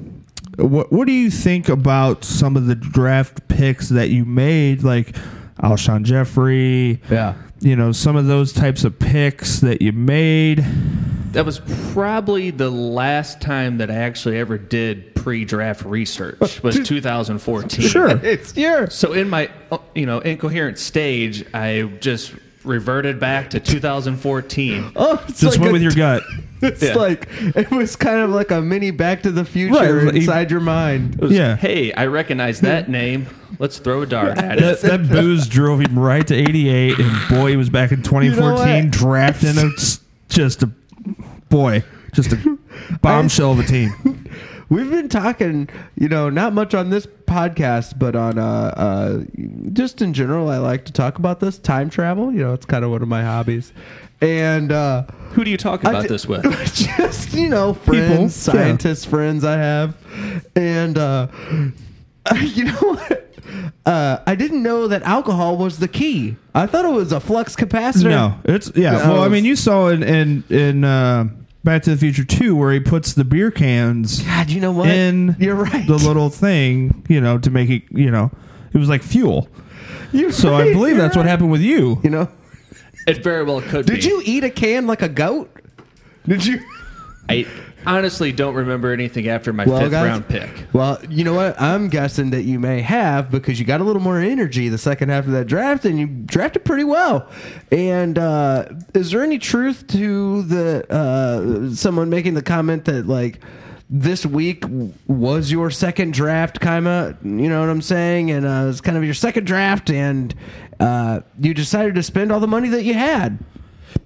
Speaker 2: what what do you think about some of the draft picks that you made, like Alshon Jeffrey?
Speaker 4: Yeah.
Speaker 2: You know, some of those types of picks that you made.
Speaker 7: That was probably the last time that I actually ever did pre-draft research. Was 2014.
Speaker 4: It's your
Speaker 7: So in my uh, you know incoherent stage, I just reverted back to 2014.
Speaker 4: Oh, it's
Speaker 2: Just
Speaker 4: like
Speaker 2: went
Speaker 4: a-
Speaker 2: with your gut.
Speaker 4: It's
Speaker 7: Yeah.
Speaker 4: like it was kind of like a mini Back to the
Speaker 2: Right, it
Speaker 4: Future
Speaker 2: was like-
Speaker 4: inside your mind.
Speaker 7: It was,
Speaker 2: Yeah.
Speaker 7: Hey, I recognize that name. Let's throw a dart
Speaker 2: That,
Speaker 7: at it.
Speaker 2: that booze drove him right to 88, and boy, he was back in 2014
Speaker 4: what?
Speaker 2: drafting a, just a boy, just a bombshell of a team.
Speaker 4: We've been talking, you know, not much on this podcast, but on uh, uh, just in general, I like to talk about this time travel. You know, it's kind of one of my hobbies, and uh,
Speaker 7: Who do you talk
Speaker 4: I
Speaker 7: about
Speaker 4: ju-
Speaker 7: this with?
Speaker 4: just you know, friends,
Speaker 2: yeah.
Speaker 4: scientist friends I have, and uh, you know what? Uh, I didn't know that alcohol was the key. I thought it was a flux capacitor.
Speaker 2: No, it's yeah.
Speaker 4: Yeah,
Speaker 2: well, I
Speaker 4: it's-
Speaker 2: mean, you saw in in in uh, Back to the Future 2 where he puts the beer cans
Speaker 4: God, you know what?
Speaker 2: in
Speaker 4: You're right.
Speaker 2: the little thing, you know, to make it, you know, it was like fuel.
Speaker 4: You're
Speaker 2: So I
Speaker 4: right,
Speaker 2: believe
Speaker 4: you're
Speaker 2: that's what
Speaker 4: right.
Speaker 2: happened with you.
Speaker 4: You know,
Speaker 7: It very well could be.
Speaker 4: Did you eat a can like a goat? Did you?
Speaker 7: I honestly don't remember anything after my fifth round pick.
Speaker 4: Well, you know what? I'm guessing that you may have because you got a little more energy the second half of that draft, and you drafted pretty well. And uh, is there any truth to the uh, someone making the comment that like this week w- was your second draft, kinda? You know what I'm saying? And uh, it's kind of your second draft, and uh, you decided to spend all the money that you had.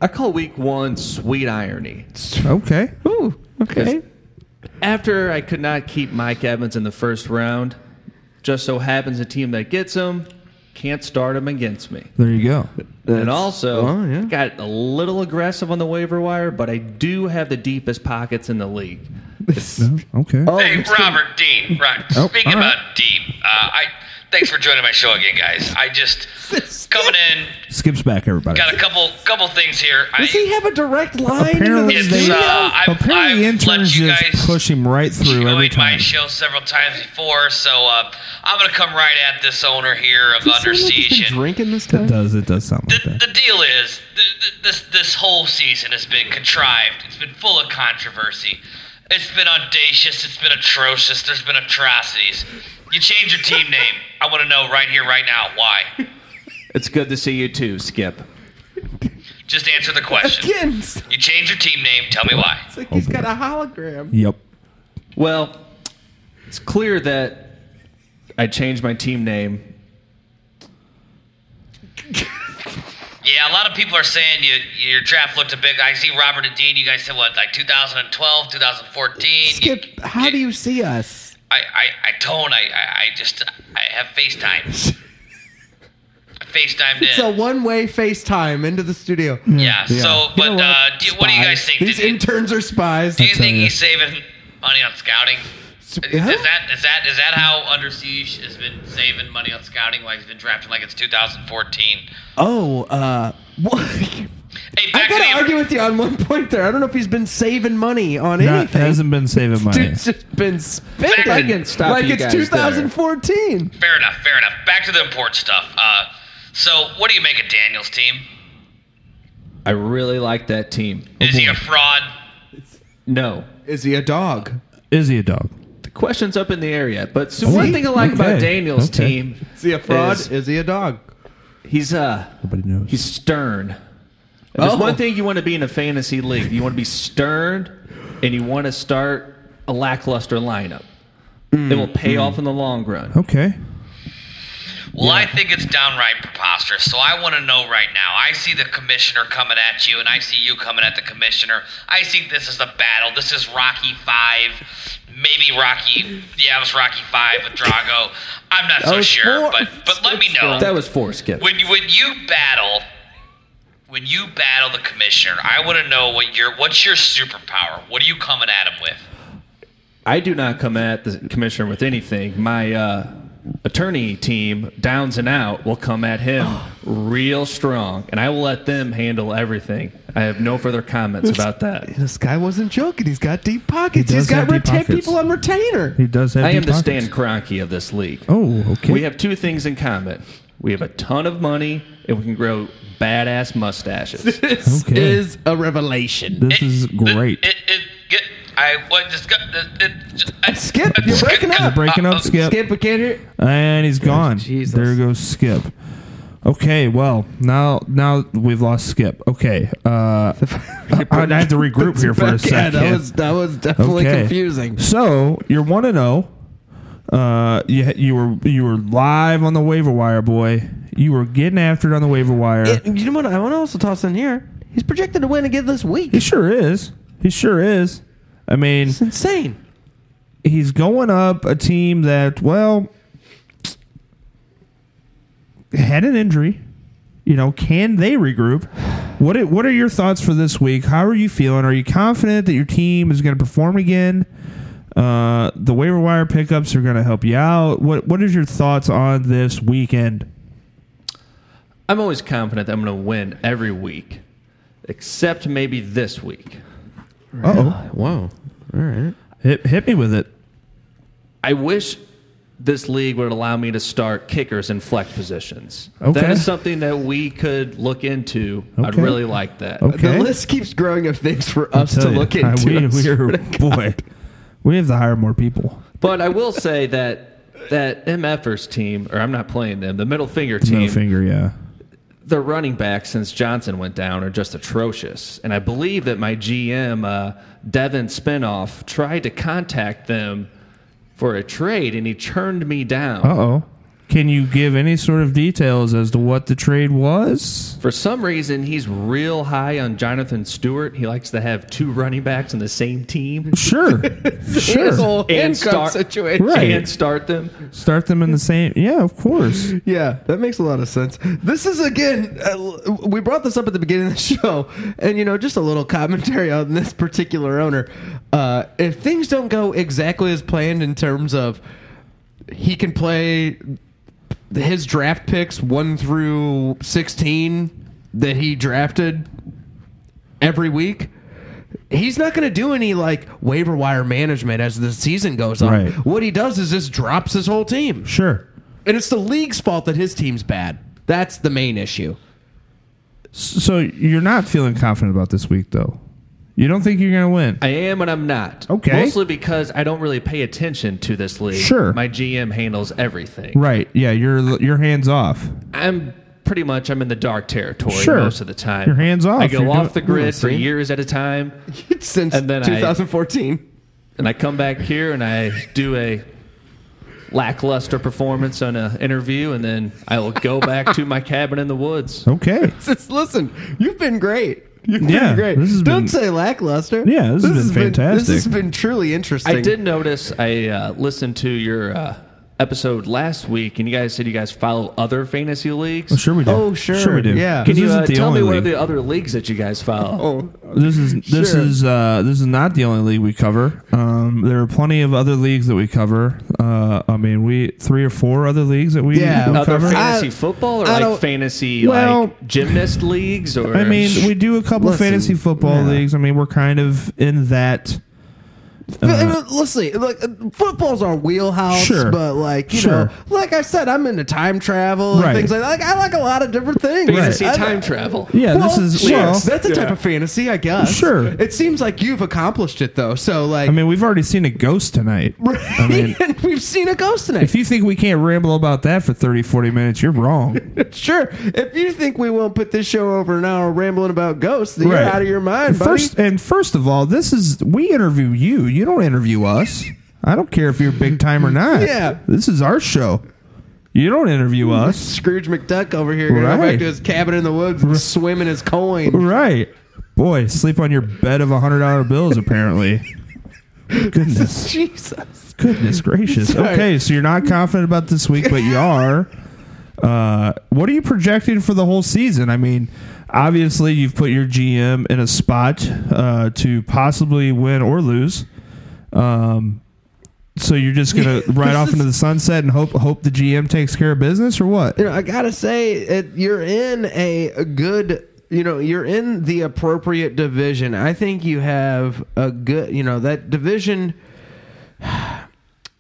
Speaker 7: I call week one sweet irony.
Speaker 2: Okay.
Speaker 4: Ooh, okay.
Speaker 7: After I could not keep Mike Evans in the first round, just so happens the team that gets him can't start him against me.
Speaker 2: There you go.
Speaker 7: and also,
Speaker 4: oh, yeah.
Speaker 7: got a little aggressive on the waiver wire, but I do have the deepest pockets in the league.
Speaker 2: Okay.
Speaker 4: Oh.
Speaker 5: hey, Robert Dean. Right.
Speaker 2: Oh,
Speaker 5: Speaking
Speaker 2: all right.
Speaker 5: about Dean, uh, I thanks for joining my show again, guys. I just coming in,
Speaker 2: Skips back everybody.
Speaker 5: got a couple couple things here. I,
Speaker 4: Does he have a direct line?
Speaker 2: Apparently
Speaker 4: to the
Speaker 5: it's,
Speaker 2: they-
Speaker 5: uh,
Speaker 4: studio?
Speaker 5: I've,
Speaker 2: Apparently,
Speaker 5: I've
Speaker 2: interns
Speaker 5: let you
Speaker 2: just
Speaker 5: guys
Speaker 2: push him right through every
Speaker 5: enjoyed my
Speaker 2: time.
Speaker 5: show several times before, so uh, I'm gonna come right at this owner here of Under Siege. And
Speaker 4: drinking this time.
Speaker 2: It does. It does sound like
Speaker 5: the,
Speaker 2: that.
Speaker 5: the deal is th- th- this this whole season has been contrived. It's been full of controversy. It's been audacious. It's been atrocious. There's been atrocities. You change your team name. I want to know right here, right now, why.
Speaker 7: It's good to see you too, Skip.
Speaker 5: Just answer the question.
Speaker 4: Again, it's
Speaker 5: You change your team name. Tell me why.
Speaker 4: like he's got a hologram.
Speaker 2: Yep.
Speaker 7: Well, it's clear that I changed my team name.
Speaker 5: Yeah, a lot of people are saying you, your draft looked a big. I see Robert and Dean. You guys said what, like 2012, 2014.
Speaker 4: Skip, how do you see us?
Speaker 5: I, I, I don't. I, I, I just I have FaceTime. I FaceTimed in.
Speaker 4: It's a one-way FaceTime into the studio.
Speaker 5: Yeah. So, but
Speaker 4: You know
Speaker 5: uh, do, what do you guys
Speaker 4: Spies.
Speaker 5: think?
Speaker 4: These
Speaker 5: Did you,
Speaker 4: interns are spies.
Speaker 5: do you
Speaker 2: I'll tell
Speaker 5: think
Speaker 2: ya.
Speaker 5: he's saving money on scouting? Is, is
Speaker 4: Huh?
Speaker 5: that is that is that how Under Siege has been saving money on scouting? Like he's been drafting like it's 2014.
Speaker 4: Oh, uh, what?
Speaker 5: Hey,
Speaker 4: I gotta
Speaker 5: back to the
Speaker 4: argue with you on one point there. I don't know if he's been saving money on
Speaker 2: Not,
Speaker 4: anything.
Speaker 2: hasn't been saving money.
Speaker 4: Dude's just been spending
Speaker 5: I can
Speaker 7: stop
Speaker 4: like
Speaker 7: you
Speaker 4: it's
Speaker 7: guys
Speaker 4: 2014.
Speaker 5: fair enough. Fair enough. Back to the important stuff. Uh, so what do you make of Daniel's team?
Speaker 7: I really like that team.
Speaker 5: Is he a fraud?
Speaker 7: No.
Speaker 4: Is he a dog?
Speaker 2: Is he a dog?
Speaker 7: The question's up in the area, but so one thing I like about
Speaker 2: Okay.
Speaker 7: Daniel's
Speaker 2: Okay.
Speaker 7: team
Speaker 4: Is he a fraud?
Speaker 7: Is-
Speaker 4: Is, he a dog?
Speaker 7: He's uh
Speaker 2: Nobody knows.
Speaker 7: he's stern. If There's
Speaker 4: Oh.
Speaker 7: one thing you want to be in a fantasy league. You want to be stern, and you want to start a lackluster lineup. it will pay off in the long run.
Speaker 2: okay.
Speaker 5: Well, I think it's downright preposterous. So I want to know right now. I see the commissioner coming at you, and I see you coming at the commissioner. I think this is a battle. This is Rocky Five, maybe Rocky. Yeah, it was Rocky Five with Drago. I'm not so
Speaker 4: was
Speaker 5: sure,
Speaker 4: four.
Speaker 5: but but let me know
Speaker 7: That was four skip.
Speaker 5: when you, when you battle. When you battle the commissioner, I want to know what your what's your superpower. What are you coming at him with?
Speaker 7: I do not come at the commissioner with anything. My uh, attorney team, Downs and Out, will come at him real strong, and I will let them handle everything. I have no further comments about that.
Speaker 4: This guy wasn't joking. He's got deep pockets.
Speaker 2: He
Speaker 4: he's
Speaker 2: does have
Speaker 4: got
Speaker 2: deep
Speaker 4: retain
Speaker 2: pockets.
Speaker 4: people on retainer.
Speaker 2: He does have.
Speaker 7: I am
Speaker 2: deep
Speaker 7: the
Speaker 2: pockets.
Speaker 7: Stan Kroenke of this league.
Speaker 2: Oh, okay.
Speaker 7: We have two things in common. We have a ton of money, and we can grow badass mustaches.
Speaker 4: This
Speaker 2: Okay.
Speaker 4: is a revelation.
Speaker 2: this is great.
Speaker 5: It, it, get, I what just got the it, I,
Speaker 4: Skip, you're breaking up.
Speaker 2: Breaking
Speaker 5: uh,
Speaker 2: up, Skip,
Speaker 4: Skip, we can't hear.
Speaker 2: and he's gone.
Speaker 4: Jesus.
Speaker 2: There goes Skip. Okay, well now now we've lost Skip. Okay, uh, I, I have to regroup here for a second.
Speaker 4: Yeah, that was that was definitely confusing.
Speaker 2: So you're one to zero. Uh, you you were you were live on the waiver wire, boy. You were getting after it on the waiver wire.
Speaker 4: you know what? I want to also toss in here. He's projected to win again this week.
Speaker 2: he
Speaker 4: It's
Speaker 2: sure is. He sure is. I mean,
Speaker 4: insane.
Speaker 2: he's going up a team that well had an injury. You know, can they regroup? What are, What are your thoughts for this week? How are you feeling? Are you confident that your team is going to perform again? Uh, the waiver wire pickups are going to help you out. What What is your thoughts on this weekend?
Speaker 7: I'm always confident that I'm going to win every week, except maybe this week.
Speaker 2: Uh oh,
Speaker 4: Whoa. All right.
Speaker 2: hit hit me with it.
Speaker 7: I wish this league would allow me to start kickers in flex positions.
Speaker 2: Okay.
Speaker 7: That is something that we could look into. I'd
Speaker 2: Okay.
Speaker 7: really like that.
Speaker 2: Okay.
Speaker 4: The list keeps growing of things for us
Speaker 2: Tell
Speaker 4: to
Speaker 2: ya,
Speaker 4: look
Speaker 2: I-
Speaker 4: into.
Speaker 2: we,
Speaker 4: I
Speaker 2: we
Speaker 4: swear
Speaker 2: are,
Speaker 4: to
Speaker 2: boy, we have to hire more people.
Speaker 7: But I will say that that MFers team, or I'm not playing them, the middle finger team,
Speaker 2: No finger, yeah.
Speaker 7: their running backs since Johnson went down are just atrocious. And I believe that my GM, uh, Devin Spinoff, tried to contact them for a trade and he turned me down.
Speaker 2: Uh oh. Can you give any sort of details as to what the trade was?
Speaker 7: For some reason, he's real high on Jonathan Stewart. He likes to have two running backs on the same team.
Speaker 2: Sure,
Speaker 4: This
Speaker 2: sure.
Speaker 4: whole handcuff
Speaker 7: start-
Speaker 4: situation.
Speaker 2: Right.
Speaker 7: And start them.
Speaker 2: Start them in the same. Yeah, of course.
Speaker 4: Yeah, that makes a lot of sense. This is again, uh, l- we brought this up at the beginning of the show, and you know, just a little commentary on this particular owner. Uh, if things don't go exactly as planned in terms of he can play his draft picks one through sixteen that he drafted every week. He's not going to do any like waiver wire management as the season goes on.
Speaker 2: Right.
Speaker 4: What he does is just drops his whole team.
Speaker 2: Sure.
Speaker 4: And it's the league's fault that his team's bad. That's the main issue.
Speaker 2: So you're not feeling confident about this week, though. You don't think you're going to win.
Speaker 7: I am and I'm not.
Speaker 2: Okay.
Speaker 7: Mostly because I don't really pay attention to this league.
Speaker 2: Sure.
Speaker 7: My GM handles everything.
Speaker 2: right. Yeah. You're you're hands off.
Speaker 7: I'm pretty much I'm in the dark territory
Speaker 2: Sure.
Speaker 7: most of the time.
Speaker 2: You're hands off.
Speaker 7: I go
Speaker 2: You're
Speaker 7: off
Speaker 2: doing-
Speaker 7: the grid
Speaker 4: Mm,
Speaker 7: for
Speaker 4: see?
Speaker 7: years at a time,
Speaker 4: Since
Speaker 7: And then I-
Speaker 4: 2014.
Speaker 7: and I come back here and I do a lackluster performance on an interview, and then I will go back to my cabin in the woods.
Speaker 2: Okay.
Speaker 4: Just listen, you've been great. You've
Speaker 2: Yeah,
Speaker 4: been great.
Speaker 2: this has
Speaker 4: Don't
Speaker 2: been-
Speaker 4: say lackluster.
Speaker 2: Yeah, this has been
Speaker 4: This has
Speaker 2: fantastic.
Speaker 4: been truly interesting.
Speaker 7: I did notice I uh, listened to your uh, episode last week, and you guys said you guys follow other fantasy leagues.
Speaker 2: Well, sure we do.
Speaker 4: Oh, sure,
Speaker 2: Sure we do.
Speaker 4: yeah.
Speaker 2: This
Speaker 7: Can you
Speaker 2: isn't
Speaker 7: uh,
Speaker 2: the
Speaker 7: tell
Speaker 2: only
Speaker 7: me what are
Speaker 2: league.
Speaker 7: the other leagues that you guys follow?
Speaker 4: Oh,
Speaker 2: This is this
Speaker 4: Sure.
Speaker 2: is uh, this is not the only league we cover. Um, there are plenty of other leagues that we cover. Uh, I mean, we three or four other leagues that we,
Speaker 4: Yeah.
Speaker 2: we
Speaker 4: Other
Speaker 7: Other
Speaker 2: cover. I,
Speaker 7: fantasy
Speaker 4: I-
Speaker 7: football or
Speaker 4: I
Speaker 7: like
Speaker 4: don't-
Speaker 7: fantasy
Speaker 2: Well-
Speaker 7: like gymnast leagues or
Speaker 2: mean, we do a couple
Speaker 4: Listen,
Speaker 2: fantasy football
Speaker 4: yeah.
Speaker 2: leagues. I mean, we're kind of in that. Uh-huh.
Speaker 4: Uh, Let's see. Like, uh, football's our wheelhouse,
Speaker 2: Sure.
Speaker 4: but like you
Speaker 2: Sure.
Speaker 4: know, like I said, I'm into time travel and
Speaker 2: Right.
Speaker 4: things like that. Like, I like a lot of different things.
Speaker 7: fantasy
Speaker 4: I-
Speaker 7: time travel.
Speaker 2: Yeah, this
Speaker 4: Well,
Speaker 2: is
Speaker 4: sure,
Speaker 2: well.
Speaker 4: that's a type of fantasy, I guess.
Speaker 2: Sure.
Speaker 4: It seems like you've accomplished it though. So like,
Speaker 2: I mean, we've already seen a ghost tonight. I mean,
Speaker 4: and we've seen a ghost tonight.
Speaker 2: if you think we can't ramble about that for 30, 40 minutes, you're wrong.
Speaker 4: Sure. If you think we won't put this show over an hour rambling about ghosts, then you're out of your mind, buddy.
Speaker 2: First and first of all, this is we interview you. You don't interview us. I don't care if you're big time or not.
Speaker 4: Yeah.
Speaker 2: this is our show. You don't interview us,
Speaker 4: Scrooge McDuck over here going
Speaker 2: Right.
Speaker 4: back to his cabin in the woods and swimming his coin.
Speaker 2: right? Boy, sleep on your bed of hundred dollar bills. Apparently, goodness,
Speaker 4: Jesus.
Speaker 2: goodness gracious.
Speaker 4: Sorry.
Speaker 2: Okay, so you're not confident about this week, but you are. Uh, what are you projecting for the whole season? I mean, obviously, you've put your GM in a spot uh, to possibly win or lose. Um, so you're just gonna ride off into the sunset and hope hope the GM takes care of business, or what?
Speaker 4: You know, I gotta say, it, you're in a a good. You know, you're in the appropriate division. I think you have a good. You know, that division.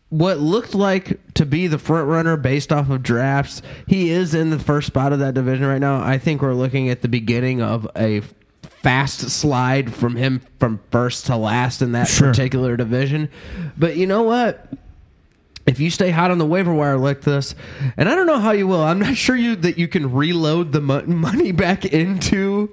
Speaker 4: What looked like to be the front runner based off of drafts, he is in the first spot of that division right now. I think we're looking at the beginning of a fast slide from him from first to last in that
Speaker 2: Sure.
Speaker 4: particular division. But you know what? if you stay hot on the waiver wire like this, and I don't know how you will, I'm not sure you that you can reload the mo- money back into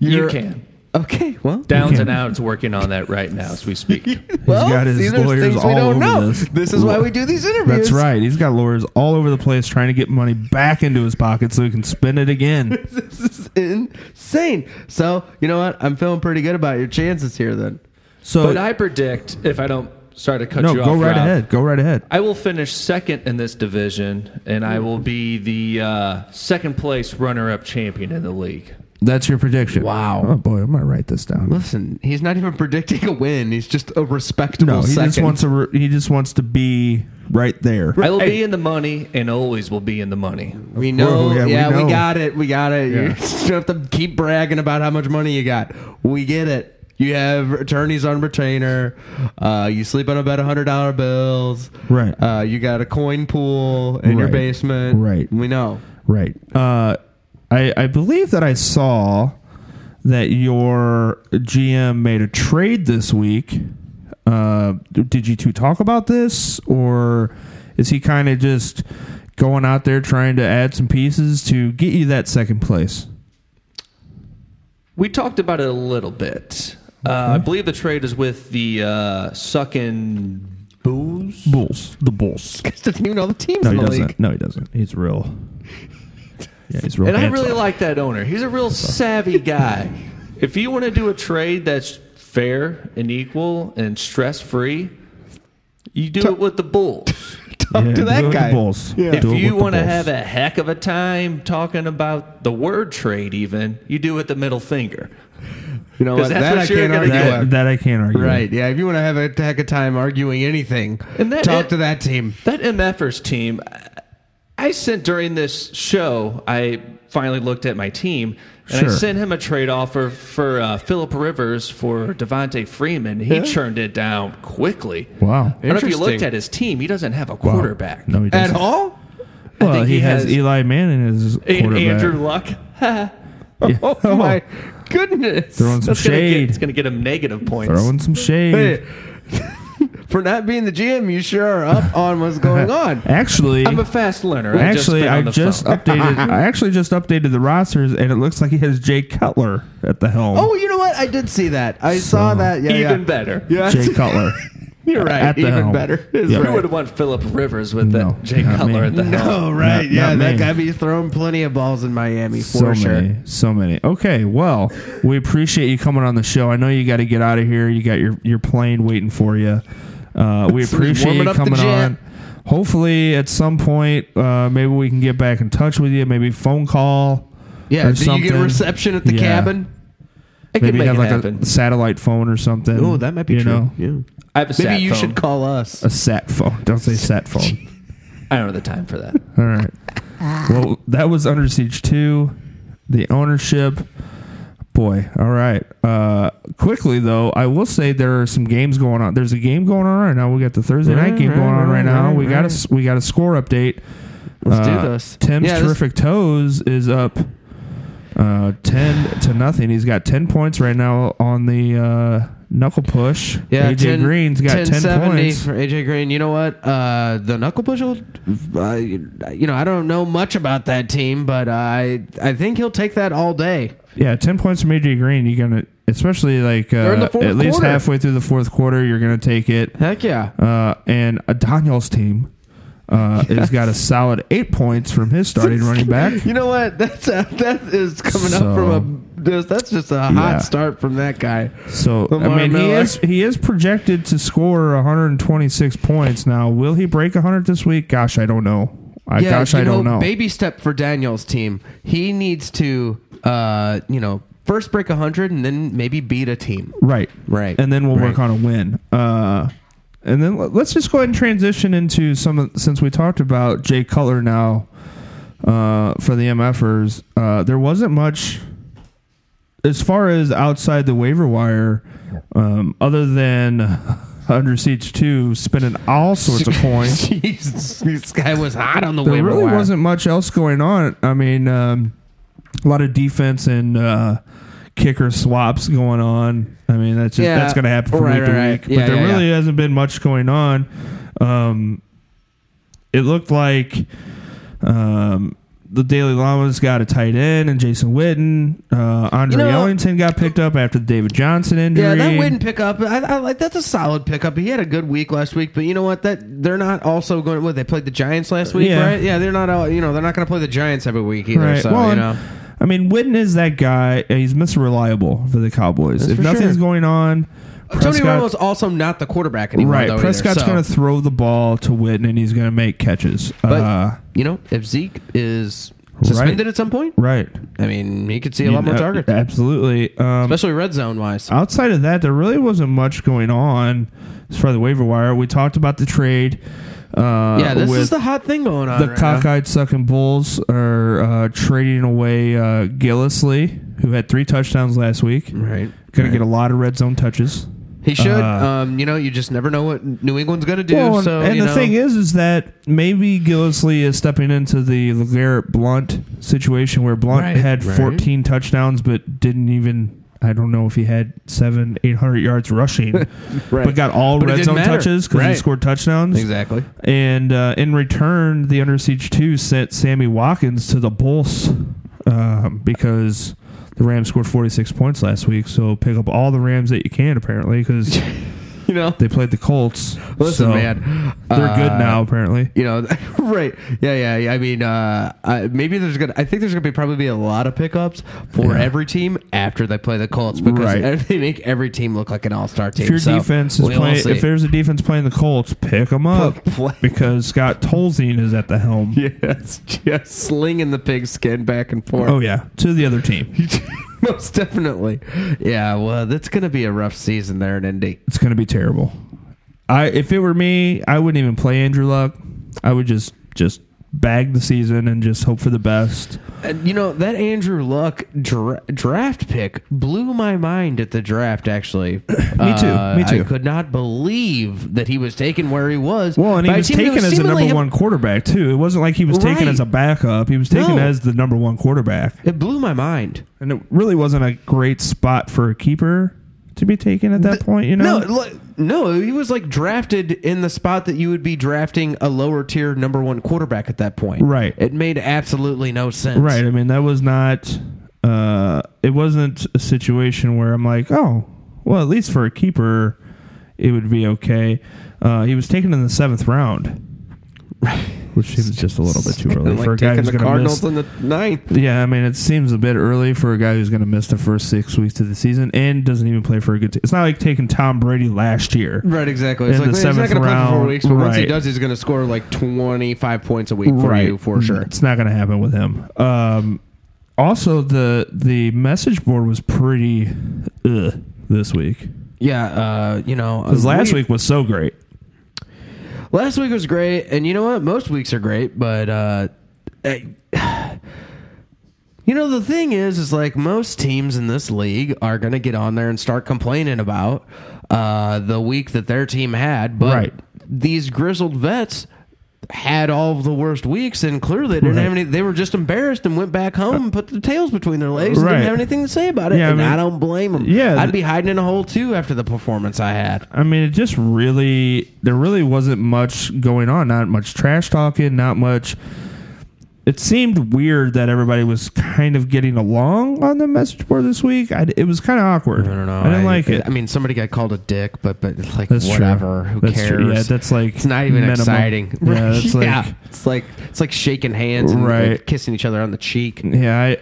Speaker 4: your.
Speaker 7: You can.
Speaker 4: Okay, well,
Speaker 7: Downs
Speaker 2: Okay.
Speaker 7: and outs working on that right now as we speak.
Speaker 4: well,
Speaker 2: got his
Speaker 4: these are
Speaker 2: lawyers
Speaker 4: things we
Speaker 2: all
Speaker 4: don't
Speaker 2: over
Speaker 4: know.
Speaker 2: this.
Speaker 4: is why we do these interviews.
Speaker 2: That's right. He's got lawyers all over the place trying to get money back into his pocket so he can spend it again.
Speaker 4: This is insane. So you know what? I'm feeling pretty good about your chances here. Then
Speaker 2: So
Speaker 7: But I predict if I don't sorry to cut
Speaker 2: no,
Speaker 7: you off.
Speaker 2: go right
Speaker 7: Rob,
Speaker 2: ahead. Go right ahead.
Speaker 7: I will finish second in this division, and I will be the uh, second place runner-up champion in the league.
Speaker 2: That's your prediction.
Speaker 4: Wow.
Speaker 2: Oh boy, I'm gonna write this down.
Speaker 4: listen, he's not even predicting a win. He's just a respectable.
Speaker 2: No, he
Speaker 4: second.
Speaker 2: just wants to. Re- he just wants to be right there.
Speaker 7: I will be in the money, and always will be in the money.
Speaker 4: We know.
Speaker 2: Whoa, yeah,
Speaker 4: yeah,
Speaker 2: we
Speaker 4: we,
Speaker 2: know.
Speaker 4: got it. We got it. You don't have to keep bragging about how much money you got. We get it. You have attorneys on retainer. Uh, you sleep on about hundred dollar bills.
Speaker 2: Right.
Speaker 4: Uh, you got a coin pool in your
Speaker 2: Right.
Speaker 4: basement.
Speaker 2: Right.
Speaker 4: We know.
Speaker 2: Right. Uh, I I believe that I saw that your GM made a trade this week. Uh, did you two talk about this, or is he kind of just going out there trying to add some pieces to get you that second place?
Speaker 7: We talked about it a little bit. Uh, I believe the trade is with the uh, sucking booze.
Speaker 2: Bulls. The Bulls.
Speaker 8: Doesn't even know the teams
Speaker 2: No,
Speaker 8: in
Speaker 2: he
Speaker 8: the
Speaker 2: doesn't.
Speaker 8: league.
Speaker 2: No, he doesn't. He's real. Yeah, he's real.
Speaker 7: And I
Speaker 2: handsome.
Speaker 7: really like that owner. He's a real savvy guy. If you want to do a trade that's fair and equal and stress free, you do it with the Bulls.
Speaker 8: Talk
Speaker 2: Yeah,
Speaker 8: to
Speaker 2: do it
Speaker 8: that
Speaker 2: with the
Speaker 8: guy.
Speaker 2: Bulls.
Speaker 7: If
Speaker 2: Do it with
Speaker 7: you
Speaker 2: the
Speaker 7: want to
Speaker 2: Bulls.
Speaker 7: have a heck of a time talking about the word trade, even, you do it the middle finger.
Speaker 4: You know
Speaker 7: 'Cause
Speaker 4: what?
Speaker 7: that's
Speaker 4: That
Speaker 7: what
Speaker 4: I
Speaker 7: you're
Speaker 4: can't
Speaker 7: gonna
Speaker 4: argue.
Speaker 7: get.
Speaker 4: with.
Speaker 2: that, that I can't argue. with.
Speaker 4: Right. Yeah. If you want to have a heck of time arguing anything,
Speaker 7: And that-
Speaker 4: talk
Speaker 7: it-
Speaker 4: to that team.
Speaker 7: That MFers team, I sent during this show, I finally looked at my team, and
Speaker 2: Sure.
Speaker 7: I sent him a trade offer for uh, Philip Rivers for Devontae Freeman. He turned it down quickly.
Speaker 2: Wow.
Speaker 7: I don't know if you
Speaker 4: Interesting.
Speaker 7: looked at his team. He doesn't have a
Speaker 2: Wow.
Speaker 7: quarterback.
Speaker 2: No, he
Speaker 4: At
Speaker 2: doesn't.
Speaker 4: all?
Speaker 2: Well,
Speaker 7: think
Speaker 2: he,
Speaker 7: he
Speaker 2: has,
Speaker 7: has-
Speaker 2: Eli Manning as his
Speaker 7: And
Speaker 2: quarterback.
Speaker 7: Andrew Luck.
Speaker 2: Yeah.
Speaker 8: Oh, my goodness.
Speaker 2: Throwing some
Speaker 7: That's gonna get-
Speaker 2: shade.
Speaker 7: it's going to get him negative points.
Speaker 2: Throwing some shade.
Speaker 4: Hey, for not being the GM, you sure are up on what's going on.
Speaker 2: Actually,
Speaker 7: I'm a fast learner. I just
Speaker 2: actually,
Speaker 7: been on
Speaker 2: I
Speaker 7: the
Speaker 2: just
Speaker 7: phone.
Speaker 2: updated. I actually just updated the rosters, and it looks like he has Jay Cutler at the helm.
Speaker 4: Oh, you know what? I did see that. I saw
Speaker 2: So-
Speaker 4: that. Yeah,
Speaker 7: even
Speaker 4: yeah.
Speaker 7: better.
Speaker 4: Yeah,
Speaker 2: Jay Cutler.
Speaker 4: you're right.
Speaker 2: at the
Speaker 4: even
Speaker 2: helm.
Speaker 4: better. Is
Speaker 2: Yep.
Speaker 7: Who
Speaker 4: right.
Speaker 7: would want Philip Rivers with
Speaker 2: No,
Speaker 7: that Jay
Speaker 2: not
Speaker 7: Cutler
Speaker 2: me.
Speaker 7: at the helm?
Speaker 4: Oh, right.
Speaker 2: Not-
Speaker 4: yeah,
Speaker 2: not
Speaker 4: that
Speaker 2: me.
Speaker 4: guy be throwing plenty of balls in Miami for
Speaker 2: so
Speaker 4: sure.
Speaker 2: many, so many. Okay, well, we appreciate you coming on the show. I know you got to get out of here. You got your your plane waiting for you. Uh, we appreciate
Speaker 4: warming
Speaker 2: you
Speaker 4: up the
Speaker 2: coming
Speaker 4: jet.
Speaker 2: on. Hopefully, at some point, uh, maybe we can get back in touch with you. Maybe phone call.
Speaker 4: Yeah,
Speaker 2: or
Speaker 4: do you
Speaker 2: something.
Speaker 4: get reception at the
Speaker 2: Yeah.
Speaker 4: cabin?
Speaker 7: I could
Speaker 2: Maybe
Speaker 7: make
Speaker 2: have
Speaker 7: it
Speaker 2: like
Speaker 7: happen.
Speaker 2: a satellite phone or something.
Speaker 4: Oh, that might be
Speaker 2: you
Speaker 4: true.
Speaker 2: Know?
Speaker 4: Yeah.
Speaker 7: I have a
Speaker 4: Maybe
Speaker 7: sat
Speaker 4: you
Speaker 7: phone.
Speaker 4: should call us.
Speaker 2: A sat phone. Don't say sat phone.
Speaker 7: I don't have the time for that.
Speaker 2: All right. Well, that was Under Siege 2, the ownership. Boy, all right. Uh, quickly, though, I will say there are some games going on. There's a game going on right now. We got the Thursday night game going on right, now. we got a s- we got a score update.
Speaker 8: Let's
Speaker 2: Uh,
Speaker 8: do this.
Speaker 2: Tim's
Speaker 4: Yeah, this-
Speaker 2: terrific toes is up uh, ten to nothing. He's got ten points right now on the uh, knuckle push.
Speaker 4: Yeah,
Speaker 2: AJ Green's got ten
Speaker 4: 1070
Speaker 2: points.
Speaker 4: for AJ Green. You know what? Uh, the knuckle push. Will, uh, you know, I don't know much about that team, but I I think he'll take that all day.
Speaker 2: Yeah, ten points from AJ Green. You're gonna, especially like uh,
Speaker 4: in the
Speaker 2: at
Speaker 4: fourth
Speaker 2: least
Speaker 4: quarter.
Speaker 2: halfway through the fourth quarter, you're gonna take it.
Speaker 4: Heck yeah!
Speaker 2: Uh, and uh, Daniel's team uh, has got a solid eight points from his starting running back.
Speaker 4: You know what? That's a, that is coming
Speaker 2: So-
Speaker 4: up from a just- that's just a hot
Speaker 2: Yeah.
Speaker 4: start from that guy.
Speaker 2: So I
Speaker 4: Lamar
Speaker 2: mean, he
Speaker 4: Miller.
Speaker 2: is he is projected to score 126 points. Now, will he break 100 this week? Gosh, I don't know. I, gosh,
Speaker 4: you
Speaker 2: I don't know.
Speaker 4: Baby step for Daniel's team. He needs to, uh, you know, first break hundred and then maybe beat a team.
Speaker 2: Right.
Speaker 4: Right.
Speaker 2: And then we'll work on
Speaker 4: Right.
Speaker 2: a win. Uh, and then let- let's just go ahead and transition into some of- since we talked about Jay Cutler now uh, for the MFers. Uh, there wasn't much as far as outside the waiver wire, um, other than Under Siege Two spending all sorts of coins
Speaker 4: Jesus, this guy was hot on the
Speaker 2: there
Speaker 4: waiver
Speaker 2: really
Speaker 4: wire.
Speaker 2: wasn't much else going on. I mean, um, a lot of defense and uh, kicker swaps going on. I mean, that's just,
Speaker 4: Yeah.
Speaker 2: that's going to happen from
Speaker 4: Right,
Speaker 2: week to
Speaker 4: right,
Speaker 2: week.
Speaker 4: right.
Speaker 2: But
Speaker 4: Yeah,
Speaker 2: there
Speaker 4: yeah,
Speaker 2: really hasn't been much going on. Um, it looked like um, the Daily Llamas got a tight end and Jason Witten. Uh, Andre
Speaker 4: You know-
Speaker 2: Ellington got picked up after the David Johnson injury.
Speaker 4: Yeah, that win pickup, I, I like that's a solid pickup. He had a good week last week, but you know what? That they're not also going. What they played the Giants last week,
Speaker 2: Yeah.
Speaker 4: right? Yeah, they're not. all You know, they're not going to play the Giants every week either. So
Speaker 2: well,
Speaker 4: you
Speaker 2: and-
Speaker 4: know,
Speaker 2: I mean, Witten is that guy. and He's Mr. Reliable for the Cowboys. if
Speaker 4: for
Speaker 2: nothing's
Speaker 4: sure. Uh,
Speaker 2: going on,
Speaker 4: Tony
Speaker 2: Prescott-
Speaker 4: Romo's also not the quarterback anymore.
Speaker 2: right?
Speaker 4: though,
Speaker 2: Prescott's
Speaker 4: either, so.
Speaker 2: going to throw the ball to Witten, and he's going to make catches.
Speaker 4: But
Speaker 2: uh,
Speaker 4: you know, if Zeke is suspended
Speaker 2: Right.
Speaker 4: at some point,
Speaker 2: right.
Speaker 4: I mean, he could see a lot more
Speaker 2: Uh,
Speaker 4: targets,
Speaker 2: Absolutely. Um,
Speaker 4: especially red zone wise.
Speaker 2: outside of that, there really wasn't much going on as far as the waiver wire. We talked about the trade. Uh,
Speaker 4: yeah, this
Speaker 2: with
Speaker 4: is the hot thing going on.
Speaker 2: the
Speaker 4: right now.
Speaker 2: cockeyed sucking bulls are uh, trading away uh, Gillisley who had three touchdowns last week.
Speaker 4: Right.
Speaker 2: Going to get a lot of red zone touches.
Speaker 4: He should.
Speaker 2: Uh,
Speaker 4: um, you know, you just never know what New England's going to do.
Speaker 2: Well, and,
Speaker 4: so,
Speaker 2: and
Speaker 4: you
Speaker 2: the
Speaker 4: know,
Speaker 2: thing is, is that maybe Gillisley is stepping into the Garrett Blunt situation where Blunt
Speaker 4: Right.
Speaker 2: had
Speaker 4: Right.
Speaker 2: 14 touchdowns but didn't even. I don't know if he had seven, eight hundred yards rushing, but got all
Speaker 4: But it
Speaker 2: red
Speaker 4: didn't
Speaker 2: zone
Speaker 4: matter.
Speaker 2: touches because he
Speaker 4: Right.
Speaker 2: scored touchdowns.
Speaker 4: exactly.
Speaker 2: And uh, in return, the Under Siege 2 sent Sammy Watkins to the Bulls um, because the Rams scored 46 points last week. So pick up all the Rams that you can, apparently, because
Speaker 4: You know,
Speaker 2: they played the Colts.
Speaker 4: listen,
Speaker 2: So
Speaker 4: man,
Speaker 2: They're good
Speaker 4: uh,
Speaker 2: now, apparently.
Speaker 4: You know, right? Yeah, yeah. yeah. I mean, uh, I, maybe there's gonna. I think there's gonna be probably be a lot of pickups for
Speaker 2: Yeah.
Speaker 4: every team after they play the Colts because
Speaker 2: Right.
Speaker 4: they make every team look like an all-star team.
Speaker 2: If your
Speaker 4: So,
Speaker 2: defense is
Speaker 4: we'll
Speaker 2: playing,
Speaker 4: see.
Speaker 2: if there's a defense playing the Colts, pick them up
Speaker 4: Play-
Speaker 2: because Scott Tolzien is at the helm.
Speaker 4: yes, just slinging the pigskin back and forth.
Speaker 2: Oh, yeah. To the other team.
Speaker 4: Most definitely. Yeah, well, that's going to be a rough season there in Indy.
Speaker 2: It's going to be terrible. I If it were me, I wouldn't even play Andrew Luck. I would just just bag the season and just hope for the best.
Speaker 4: And, you know, that Andrew Luck dra- draft pick blew my mind at the draft, actually. me too.
Speaker 2: me
Speaker 4: I
Speaker 2: too.
Speaker 4: could not believe that he was taken where he was.
Speaker 2: Well, and he
Speaker 4: by a
Speaker 2: was
Speaker 4: team that
Speaker 2: taken as the
Speaker 4: seemingly
Speaker 2: number
Speaker 4: have-
Speaker 2: one quarterback too. It wasn't like he was taken
Speaker 4: Right.
Speaker 2: as a backup. He was taken
Speaker 4: No.
Speaker 2: as the number one quarterback,
Speaker 4: It blew my mind.
Speaker 2: and it really wasn't a great spot for a keeper to be taken at that point. You know,
Speaker 4: No, li- no, he was like drafted in the spot that you would be drafting a lower tier number one quarterback at that point.
Speaker 2: Right.
Speaker 4: It made absolutely no sense.
Speaker 2: right? I mean, that was not. Uh, it wasn't a situation where I'm like, oh, well, at least for a keeper, it would be okay. Uh, he was taken in the seventh round. Which seems just a little bit too early
Speaker 4: Like
Speaker 2: for a guy
Speaker 4: taking
Speaker 2: who's
Speaker 4: the
Speaker 2: going to miss
Speaker 4: Cardinals in the ninth.
Speaker 2: Yeah, I mean, it seems a bit early for a guy who's going to miss the first six weeks of the season and doesn't even play for a good team. It's not like taking Tom Brady last year.
Speaker 4: Right, exactly. It's
Speaker 2: In
Speaker 4: like,
Speaker 2: the
Speaker 4: well, he's not
Speaker 2: seventh
Speaker 4: going to play for four
Speaker 2: round.
Speaker 4: weeks, but once he
Speaker 2: Right.
Speaker 4: does, he's going to score like 25 points a week for you, for sure.
Speaker 2: It's not going to happen with him. Um, also, the the message board was pretty ugh, this week.
Speaker 4: Yeah, uh, you know.
Speaker 2: Because
Speaker 4: uh,
Speaker 2: last
Speaker 4: we-
Speaker 2: week was so great.
Speaker 4: Last week was great, and you know what? Most weeks are great, but. Uh, I- You know the thing is, is like most teams in this league are gonna get on there and start complaining about uh, the week that their team had, but
Speaker 2: Right.
Speaker 4: these grizzled vets had all of the worst weeks, and clearly they didn't
Speaker 2: Right.
Speaker 4: have any. They were just embarrassed and went back home and put their tails between their legs. and
Speaker 2: Right.
Speaker 4: Didn't have anything to say about it,
Speaker 2: Yeah, I
Speaker 4: and I,
Speaker 2: mean-
Speaker 4: don't blame them.
Speaker 2: Yeah,
Speaker 4: I'd
Speaker 2: th-
Speaker 4: be hiding in a hole too after the performance I had.
Speaker 2: I mean, it just really there really wasn't much going on. Not much trash talking. Not much. It seemed weird that everybody was kind of getting along on the message board this week. I, it was kind of awkward.
Speaker 4: I don't know.
Speaker 2: I didn't like it.
Speaker 4: I mean, somebody got called a dick, but but like
Speaker 2: That's true.
Speaker 4: whatever. Who
Speaker 2: That's
Speaker 4: cares?
Speaker 2: true. Yeah, that's like
Speaker 4: it's not even
Speaker 2: minimum.
Speaker 4: exciting.
Speaker 2: Yeah, that's like-
Speaker 4: it's like it's like shaking hands, and
Speaker 2: Right.
Speaker 4: like, kissing each other on the cheek.
Speaker 2: yeah, I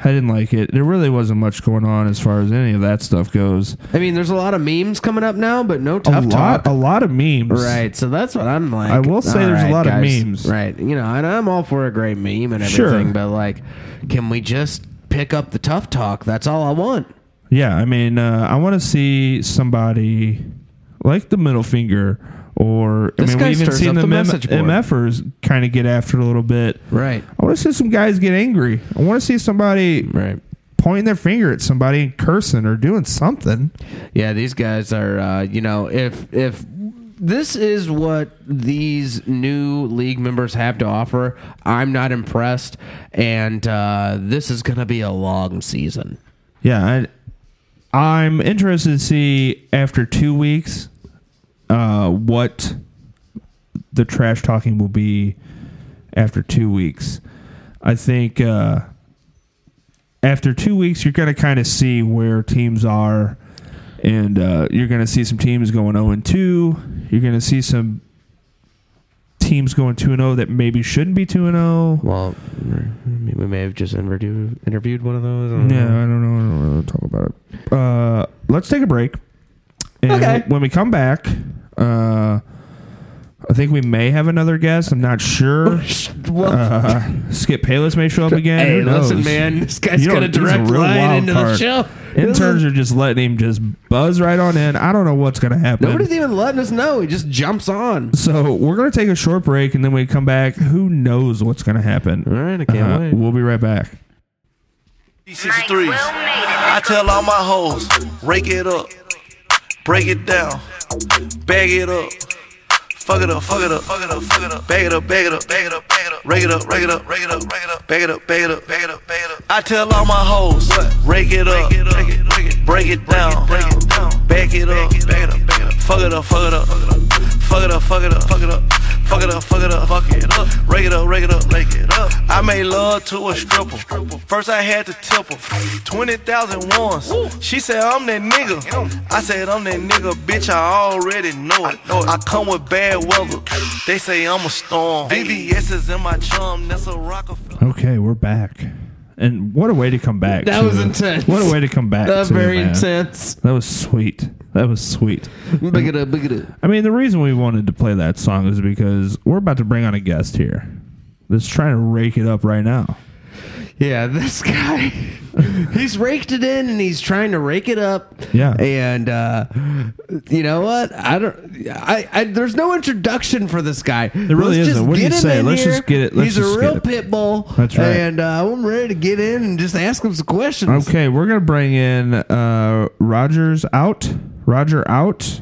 Speaker 2: I didn't like it. There really wasn't much going on as far as any of that stuff goes.
Speaker 4: I mean, there's a lot of memes coming up now, but no
Speaker 2: A
Speaker 4: tough
Speaker 2: lot, a
Speaker 4: talk.
Speaker 2: lot of memes.
Speaker 4: Right, so that's what I'm like.
Speaker 2: I will say
Speaker 4: All
Speaker 2: there's a
Speaker 4: right,
Speaker 2: lot of
Speaker 4: guys.
Speaker 2: memes.
Speaker 4: Right, you know, and I'm all for a great meme and
Speaker 2: Sure.
Speaker 4: everything, but like, can we just pick up the tough talk? That's all I want.
Speaker 2: Yeah, I mean, uh, I want to see somebody like the middle finger, or I
Speaker 4: This
Speaker 2: mean,
Speaker 4: guy
Speaker 2: we even
Speaker 4: stirs
Speaker 2: seen
Speaker 4: up
Speaker 2: the,
Speaker 4: the
Speaker 2: mem-
Speaker 4: message board.
Speaker 2: MFers kind of get after it a little bit.
Speaker 4: Right,
Speaker 2: I want to see some guys get angry. I want to see somebody
Speaker 4: right.
Speaker 2: pointing their finger at somebody and cursing or doing something.
Speaker 4: Yeah, these guys are. Uh, you know, if if this is what these new league members have to offer, I'm not impressed, and uh, this is going to be a long season.
Speaker 2: Yeah, I, I'm interested to see after two weeks uh, what the trash talking will be after two weeks. I think uh, after two weeks, you're going to kind of see where teams are, and uh, you're going to see some teams going 0 and 2. You're going to see some teams going 2 and 0 that maybe shouldn't be 2 and oh. 0.
Speaker 4: Well, we may have just interviewed interviewed one of those.
Speaker 2: Yeah, I don't know. I don't want to talk about it. Uh, let's take a break. And
Speaker 4: Okay.
Speaker 2: When we come back, uh, I think we may have another guest. I'm not sure. Uh, Skip Payless may show up again.
Speaker 4: hey,
Speaker 2: Who knows?
Speaker 4: listen, man, this guy's
Speaker 2: You
Speaker 4: got
Speaker 2: don't-
Speaker 4: a
Speaker 2: he's a
Speaker 4: direct
Speaker 2: real
Speaker 4: line
Speaker 2: wild
Speaker 4: into
Speaker 2: card.
Speaker 4: the show.
Speaker 2: Interns are just letting him just buzz right on in. I don't know what's going to happen.
Speaker 4: Nobody's even letting us know. He just jumps on.
Speaker 2: so we're going to take a short break, and then we come back. Who knows what's going to happen?
Speaker 4: All right, I can't
Speaker 2: Uh,
Speaker 4: wait.
Speaker 2: We'll be right back.
Speaker 9: D63s. I tell all my hoes, rake it up, break it down, bag it up. Fuck it up, fuck it up, fuck it up, fuck it up. Bag it up, bag it up, bag it up, bag it up. Rake it up, rake it up, rake it up, rake it up. Bag it up, bag it up, bag it up, bag it up. I tell all my hoes, rake it up, break it down, bag it up, bag it up, bag it up. Fuck it up, fuck it up, fuck it up, fuck it up, fuck it up. Fuck it up, fuck it up, fuck it up. Rake it up, rake it up, rake it up. I made love to a stripper. First I had to tip her. 20,000 once. She said, I'm that nigga. I said, I'm that nigga, bitch. I already know it. I come with bad weather. They say I'm a storm. VVS is in my chum. That's a Rockefeller.
Speaker 2: Okay, we're back. And what a way to come back.
Speaker 4: That
Speaker 2: too.
Speaker 4: was intense.
Speaker 2: What a way to come back.
Speaker 4: That's
Speaker 2: too,
Speaker 4: very
Speaker 2: man.
Speaker 4: intense.
Speaker 2: That was sweet. That was sweet.
Speaker 4: Big it up, big it up.
Speaker 2: I mean, the reason we wanted to play that song is because we're about to bring on a guest here that's trying to rake it up right now.
Speaker 4: Yeah, this guy, he's raked it in and he's trying to rake it up.
Speaker 2: Yeah.
Speaker 4: and uh, you know what? I don't. I, I there's no introduction for this guy. There
Speaker 2: really
Speaker 4: Let's
Speaker 2: isn't.
Speaker 4: Just
Speaker 2: What do you
Speaker 4: get him
Speaker 2: say?
Speaker 4: in
Speaker 2: Let's
Speaker 4: here.
Speaker 2: just get it- let's
Speaker 4: he's
Speaker 2: just
Speaker 4: a
Speaker 2: get
Speaker 4: real
Speaker 2: it.
Speaker 4: pit bull.
Speaker 2: That's right.
Speaker 4: And uh, I'm ready to get in and just ask him some questions.
Speaker 2: Okay, we're going to bring in uh, Rogers out. Roger out.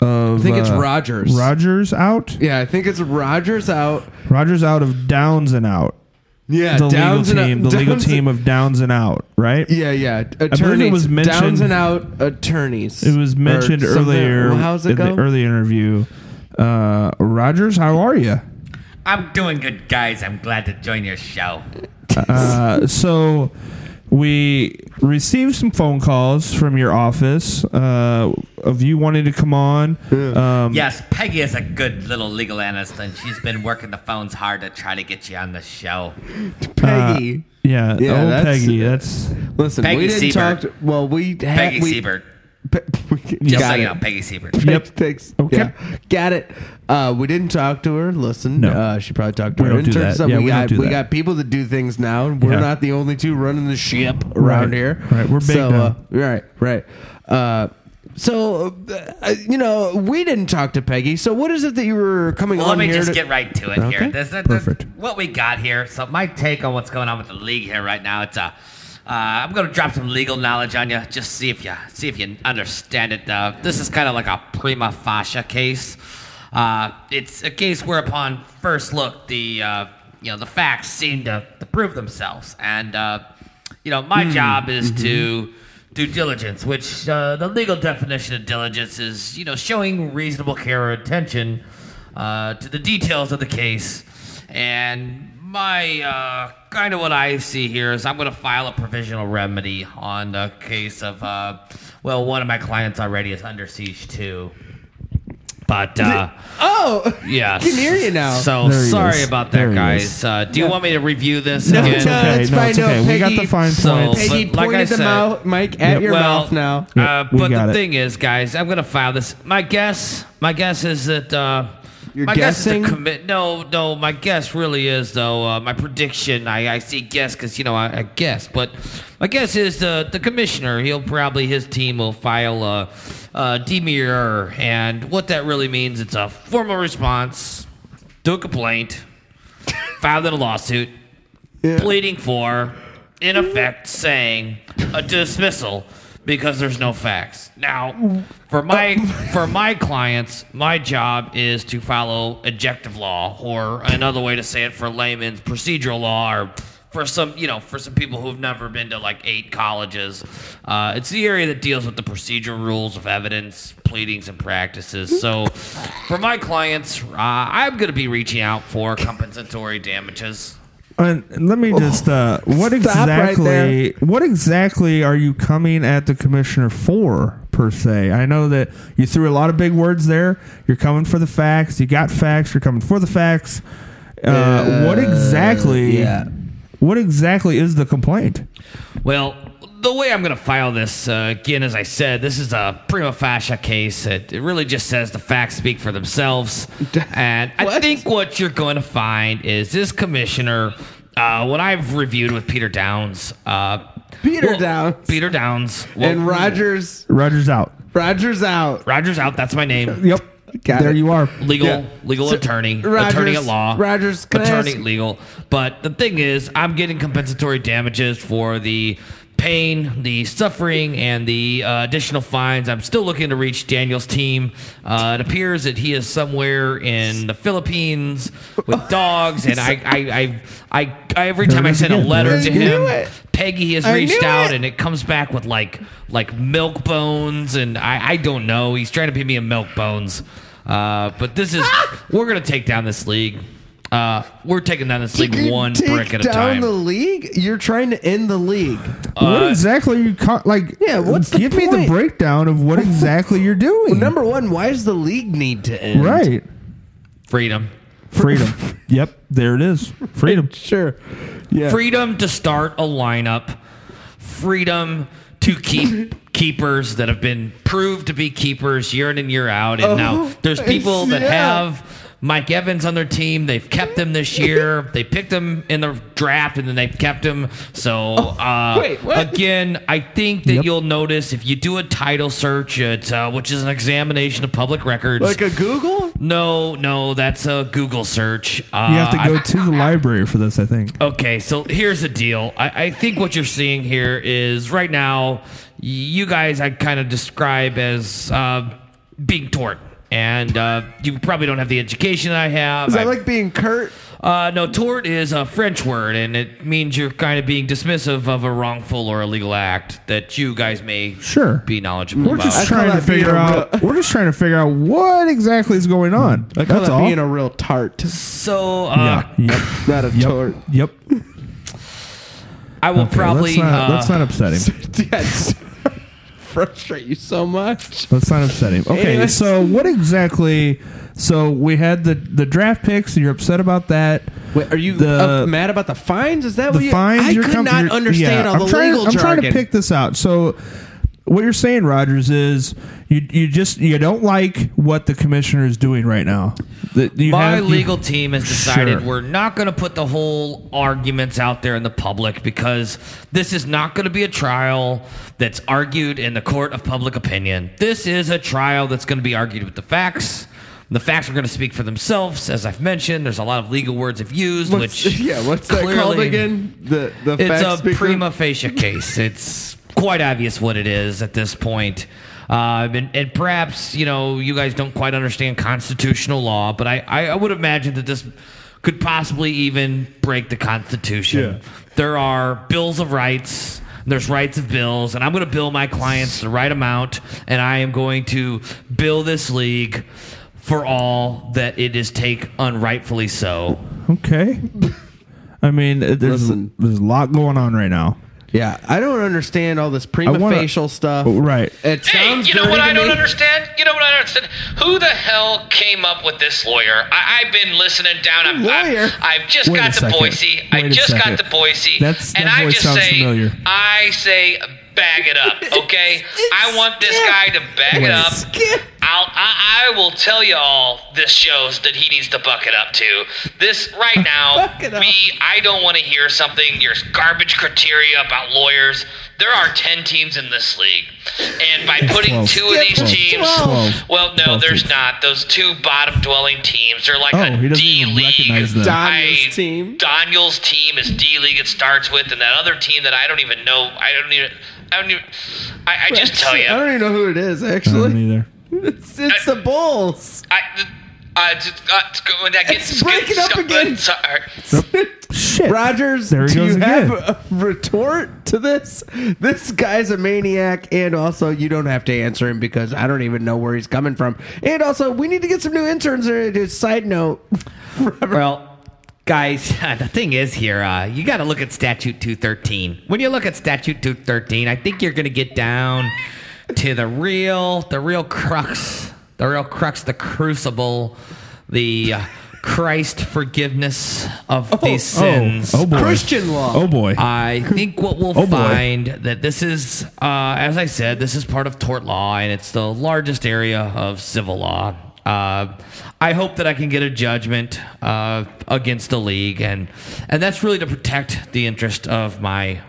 Speaker 2: Of,
Speaker 4: I think it's
Speaker 2: uh,
Speaker 4: Rogers.
Speaker 2: Rogers out.
Speaker 4: Yeah, I think it's Rogers out.
Speaker 2: Rogers out of Downs and Out.
Speaker 4: Yeah,
Speaker 2: The
Speaker 4: Downs
Speaker 2: legal
Speaker 4: and
Speaker 2: team.
Speaker 4: out,
Speaker 2: the legal
Speaker 4: Downs-
Speaker 2: team of Downs and Out. Right.
Speaker 4: Yeah, yeah. Attorneys.
Speaker 2: was mentioned-
Speaker 4: Downs and out attorneys.
Speaker 2: It was mentioned
Speaker 4: Or something.
Speaker 2: earlier
Speaker 4: Well, how's
Speaker 2: in
Speaker 4: it go?
Speaker 2: the early interview. Uh, Rogers, how are you?
Speaker 10: I'm doing good, guys. I'm glad to join your show.
Speaker 2: Uh, so we received some phone calls from your office uh, of you wanting to come on. Um,
Speaker 10: Yes, Peggy is a good little legal analyst, and she's been working the phones hard to try to get you on the show.
Speaker 2: uh,
Speaker 4: Peggy.
Speaker 2: yeah,
Speaker 4: Yeah,
Speaker 2: old
Speaker 4: that's-
Speaker 2: Peggy. That's
Speaker 4: Listen,
Speaker 10: Peggy
Speaker 4: we didn't talk.
Speaker 10: Siebert.
Speaker 4: To, well, we had
Speaker 10: Peggy
Speaker 4: we,
Speaker 10: Siebert.
Speaker 4: Pe- we
Speaker 10: Just
Speaker 4: got
Speaker 10: so you
Speaker 4: it.
Speaker 10: know, Peggy Siebert.
Speaker 2: Yep.
Speaker 4: Thanks.
Speaker 2: Okay.
Speaker 4: Yeah. Got it. Uh, we didn't talk to her. Listen,
Speaker 2: No.
Speaker 4: uh, she probably talked to
Speaker 2: We
Speaker 4: her
Speaker 2: don't do
Speaker 4: interns.
Speaker 2: that.
Speaker 4: so
Speaker 2: Yeah,
Speaker 4: we,
Speaker 2: we don't
Speaker 4: got
Speaker 2: do
Speaker 4: we
Speaker 2: that.
Speaker 4: got people that do things now. We're
Speaker 2: Yeah.
Speaker 4: not the only two running the ship
Speaker 2: Right.
Speaker 4: around here.
Speaker 2: Right. We're big
Speaker 4: So,
Speaker 2: now.
Speaker 4: uh, right. Right. Uh, so, uh, you know, we didn't talk to Peggy. So, what is it that you were coming
Speaker 10: Well,
Speaker 4: on
Speaker 10: let me
Speaker 4: here
Speaker 10: just
Speaker 4: to-
Speaker 10: get right to it
Speaker 2: Okay.
Speaker 10: here. This, this,
Speaker 2: Perfect.
Speaker 10: What we got here. So my take on what's going on with the league here right now. It's a. Uh, I'm gonna drop some legal knowledge on you. Just see if you see if you understand it. Uh, this is kind of like a prima facie case. Uh, it's a case where, upon first look, the uh, you know the facts seem to, to prove themselves, and uh, you know
Speaker 2: Hmm.
Speaker 10: my job is
Speaker 2: Mm-hmm.
Speaker 10: to due diligence, which uh, the legal definition of diligence is, you know, showing reasonable care or attention uh, to the details of the case. And my uh, kind of what I see here is I'm going to file a provisional remedy on the case of, uh, well, one of my clients already is under siege too. But uh,
Speaker 4: Oh,
Speaker 10: yeah,
Speaker 4: can hear you now.
Speaker 10: So
Speaker 2: There he
Speaker 10: sorry
Speaker 2: is.
Speaker 10: about
Speaker 2: There
Speaker 10: that,
Speaker 2: he
Speaker 10: guys.
Speaker 2: is.
Speaker 10: Uh, do you want me to review this
Speaker 4: No,
Speaker 10: again?
Speaker 4: no,
Speaker 2: okay.
Speaker 4: it's
Speaker 2: no,
Speaker 4: fine.
Speaker 2: it's
Speaker 4: No,
Speaker 2: okay. we got
Speaker 4: Peggy-
Speaker 2: the fine
Speaker 10: so- uh,
Speaker 2: points.
Speaker 4: Peggy
Speaker 10: But like
Speaker 4: pointed
Speaker 10: I
Speaker 4: them
Speaker 10: said-
Speaker 4: out, Mike, at
Speaker 2: Yep.
Speaker 4: your
Speaker 10: Well,
Speaker 4: mouth now.
Speaker 2: Yeah,
Speaker 10: Uh,
Speaker 2: we
Speaker 10: but
Speaker 2: got
Speaker 10: the
Speaker 2: it.
Speaker 10: thing is, guys, I'm gonna file this. My guess, my guess is that. Uh,
Speaker 4: You're
Speaker 10: my
Speaker 4: guessing?
Speaker 10: guess is a commit. No, no, my guess really is though. Uh, my prediction, I, I see guess because you know I, I guess, but my guess is the the commissioner. He'll probably his team will file a, a demurrer, and what that really means, it's a formal response to a complaint, filed in a lawsuit, pleading for, in effect, saying a dismissal because there's no facts. Now, for my for my clients, my job is to follow objective law, or another way to say it for layman's procedural law, or for some you know for some people who've never been to like eight colleges, uh, it's the area that deals with the procedural rules of evidence, pleadings, and practices. So, for my clients, uh, I'm going to be reaching out for compensatory damages.
Speaker 2: And let me just. Uh, what
Speaker 4: Stop right
Speaker 2: exactly? what exactly are you coming at the commissioner for? Per se, I know that you threw a lot of big words there. You're coming for the facts. You got facts. You're coming for the facts. Uh, what exactly?
Speaker 4: yeah.
Speaker 2: What exactly is the complaint?
Speaker 10: Well, the way I'm going to file this, uh, again, as I said, this is a prima facie case. It, it really just says the facts speak for themselves. And I
Speaker 4: What?
Speaker 10: think what you're going to find is this commissioner, uh, what I've reviewed with Peter Downs. Uh,
Speaker 4: Peter Downs.
Speaker 10: Peter Downs. well,
Speaker 4: and Rogers,
Speaker 2: Rogers out.
Speaker 4: Rogers out.
Speaker 10: Rogers out. That's my name.
Speaker 2: Yep.
Speaker 4: Got
Speaker 2: there
Speaker 4: it.
Speaker 2: you are.
Speaker 10: Legal,
Speaker 4: Yeah.
Speaker 10: legal
Speaker 4: So,
Speaker 10: attorney,
Speaker 4: Rogers-
Speaker 10: attorney at law,
Speaker 4: Rogers, can I
Speaker 10: attorney
Speaker 4: ask-
Speaker 10: legal. But the thing is, I'm getting compensatory damages for the pain, the suffering, and the uh, additional fines, I'm still looking to reach Daniel's team. Uh, it appears that he is somewhere in the Philippines with dogs, and I, I, I, I, I every time I send a letter to him, Peggy has reached out, and it comes back with like like milk bones, and I, I don't know. He's trying to pay me in milk bones, uh, but this is
Speaker 4: Ah!
Speaker 10: we're gonna take down this league. Uh, we're taking down this league
Speaker 4: You
Speaker 10: one
Speaker 4: take
Speaker 10: brick at a
Speaker 4: down
Speaker 10: time.
Speaker 4: the league. You're trying to end the league.
Speaker 2: what exactly are you co- like?
Speaker 4: Yeah, what's the
Speaker 2: give me the
Speaker 4: point?
Speaker 2: breakdown of what exactly you're doing?
Speaker 4: Number one, why does the league need to end?
Speaker 2: right,
Speaker 10: Freedom.
Speaker 2: freedom. yep, there it is, freedom.
Speaker 4: Sure. Yeah.
Speaker 10: Freedom to start a lineup. Freedom to keep keepers that have been proved to be keepers year in and year out. And now there's people that
Speaker 4: Oh, yeah.
Speaker 10: have Mike Evans on their team. They've kept him this year. they picked him in the draft and then they've kept him. So uh,
Speaker 4: Oh, wait, what?
Speaker 10: again, I think that you'll notice if you do a title search, at, uh, which is an examination of public records.
Speaker 4: Like a Google?
Speaker 10: no, no, that's a Google search. Uh,
Speaker 2: You have to go to the library for this, I think.
Speaker 10: Okay, so here's the deal. I, I think what you're seeing here is right now, you guys I kind of describe as uh, being torn. And uh, you probably don't have the education I have.
Speaker 4: Is
Speaker 10: I-
Speaker 4: that like being curt?
Speaker 10: uh, no, tort is a French word, and it means you're kind of being dismissive of a wrongful or illegal act that you guys may
Speaker 2: Sure.
Speaker 10: be knowledgeable
Speaker 2: We're
Speaker 10: about.
Speaker 2: just
Speaker 4: I call
Speaker 2: trying to
Speaker 4: that being
Speaker 2: figure
Speaker 4: a
Speaker 2: out. We're just trying to figure out what exactly is going on.
Speaker 4: I call
Speaker 2: That's
Speaker 4: that
Speaker 2: all.
Speaker 4: being a real tart,
Speaker 10: so uh,
Speaker 2: yeah. Yep.
Speaker 4: not a
Speaker 2: Yep.
Speaker 4: tort.
Speaker 2: Yep.
Speaker 10: I will
Speaker 2: Okay,
Speaker 10: probably.
Speaker 2: Let's not,
Speaker 10: uh,
Speaker 2: let's not upset him.
Speaker 4: yes. Frustrate you so much.
Speaker 2: Let's not upset him. Okay,
Speaker 4: Anyway.
Speaker 2: so what exactly? So we had the the draft picks. You're upset about that.
Speaker 4: Wait, are you
Speaker 2: The-
Speaker 4: up mad about the fines? Is that what
Speaker 2: The
Speaker 4: you?
Speaker 2: fines.
Speaker 4: I
Speaker 2: you're
Speaker 4: could
Speaker 2: com-
Speaker 4: not
Speaker 2: you're-
Speaker 4: understand
Speaker 2: yeah,
Speaker 4: all
Speaker 2: I'm
Speaker 4: the
Speaker 2: trying,
Speaker 4: legal
Speaker 2: I'm
Speaker 4: jargon.
Speaker 2: trying to pick this out. So what you're saying, Rogers, is you you just you don't like what the commissioner is doing right now. That you
Speaker 10: My
Speaker 2: have- you-
Speaker 10: legal team has
Speaker 2: Sure.
Speaker 10: decided we're not going to put the whole arguments out there in the public because this is not going to be a trial that's argued in the court of public opinion. This is a trial that's going to be argued with the facts. The facts are going to speak for themselves. As I've mentioned, there's a lot of legal words I've used,
Speaker 4: What's-
Speaker 10: which
Speaker 4: yeah, what's that called
Speaker 10: clearly-
Speaker 4: again? The the
Speaker 10: it's
Speaker 4: fact
Speaker 10: a
Speaker 4: speaker?
Speaker 10: prima facie case. It's quite obvious what it is at this point. Uh, and, and perhaps, you know, you guys don't quite understand constitutional law, but I, I, I would imagine that this could possibly even break the Constitution. There are bills of rights. There's rights of bills, and I'm going to bill my clients the right amount, and I am going to bill this league for all that it is take unrightfully so.
Speaker 2: Okay. I mean, there's
Speaker 4: Listen.
Speaker 2: there's a lot going on right now.
Speaker 4: Yeah, I don't understand all this prima
Speaker 2: I wanna-
Speaker 4: facial stuff.
Speaker 2: Oh, Right.
Speaker 4: It
Speaker 5: Hey,
Speaker 4: sounds
Speaker 5: you know
Speaker 4: dirty
Speaker 5: what
Speaker 4: to
Speaker 5: I don't
Speaker 4: me.
Speaker 5: understand? You know what I don't understand? Who the hell came up with this lawyer? I, I've been listening down. I'm,
Speaker 4: Lawyer?
Speaker 5: I've, I've just
Speaker 2: Wait
Speaker 5: got
Speaker 2: a
Speaker 5: to
Speaker 2: second.
Speaker 5: Boise. I
Speaker 2: Wait a
Speaker 5: just
Speaker 2: second.
Speaker 5: got to Boise.
Speaker 2: That's-
Speaker 5: and
Speaker 2: that
Speaker 5: I
Speaker 2: voice
Speaker 5: just
Speaker 2: sounds
Speaker 5: say,
Speaker 2: familiar.
Speaker 5: I say, bag it up, okay? I want this guy to bag it up. I'll, I, I will tell you all this shows that he needs to buck it up too. This right now, we I don't want to hear something your garbage criteria about lawyers. There are ten teams in this league, and by putting
Speaker 2: Twelve.
Speaker 5: two of these
Speaker 2: Twelve.
Speaker 5: teams,
Speaker 2: Twelve.
Speaker 5: well, no,
Speaker 2: Twelve
Speaker 5: there's
Speaker 2: teams.
Speaker 5: not. Those two bottom dwelling teams are like
Speaker 2: Oh,
Speaker 5: a
Speaker 2: he doesn't
Speaker 5: D
Speaker 2: even
Speaker 5: league.
Speaker 2: recognize them.
Speaker 4: Daniel's
Speaker 5: I-
Speaker 4: team.
Speaker 5: Daniel's team is D League. It starts with, and that other team that I don't even know. I don't even. I don't even. I, I just tell you.
Speaker 4: I don't even know who it is.
Speaker 2: I don't
Speaker 4: Actually,
Speaker 2: either.
Speaker 4: it's, it's the Bulls.
Speaker 5: I. I just, uh, it's good when that gets
Speaker 4: It's breaking up again.
Speaker 5: Sorry.
Speaker 2: Shit.
Speaker 4: Rogers,
Speaker 2: There he
Speaker 4: do
Speaker 2: goes
Speaker 4: you
Speaker 2: again.
Speaker 4: have a retort to this? This guy's a maniac, and also you don't have to answer him because I don't even know where he's coming from. And also, we need to get some new interns. There. Just Side note,
Speaker 10: Well, guys, the thing is here, uh, you got to look at Statute 213. When you look at Statute 213, I think you're going to get down to the real, the real crux, the real crux, the crucible, the uh, Christ forgiveness of these sins.
Speaker 2: Oh, oh boy.
Speaker 4: Christian law.
Speaker 2: Oh boy.
Speaker 10: I think what we'll
Speaker 2: Oh, boy.
Speaker 10: find that this is, uh, as I said, this is part of tort law, and it's the largest area of civil law. Uh, I hope that I can get a judgment uh, against the league, and and that's really to protect the interest of my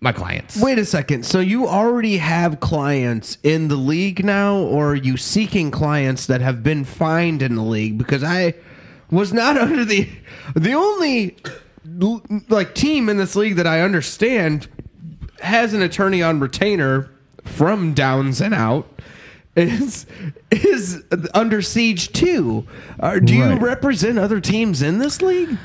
Speaker 10: my clients.
Speaker 4: Wait a second. So you already have clients in the league now, or are you seeking clients that have been fined in the league? Because I was not under the the only like team in this league that I understand
Speaker 3: has an attorney on retainer from Downs and Out is is under siege too. Uh, do you
Speaker 2: Right.
Speaker 3: represent other teams in this league?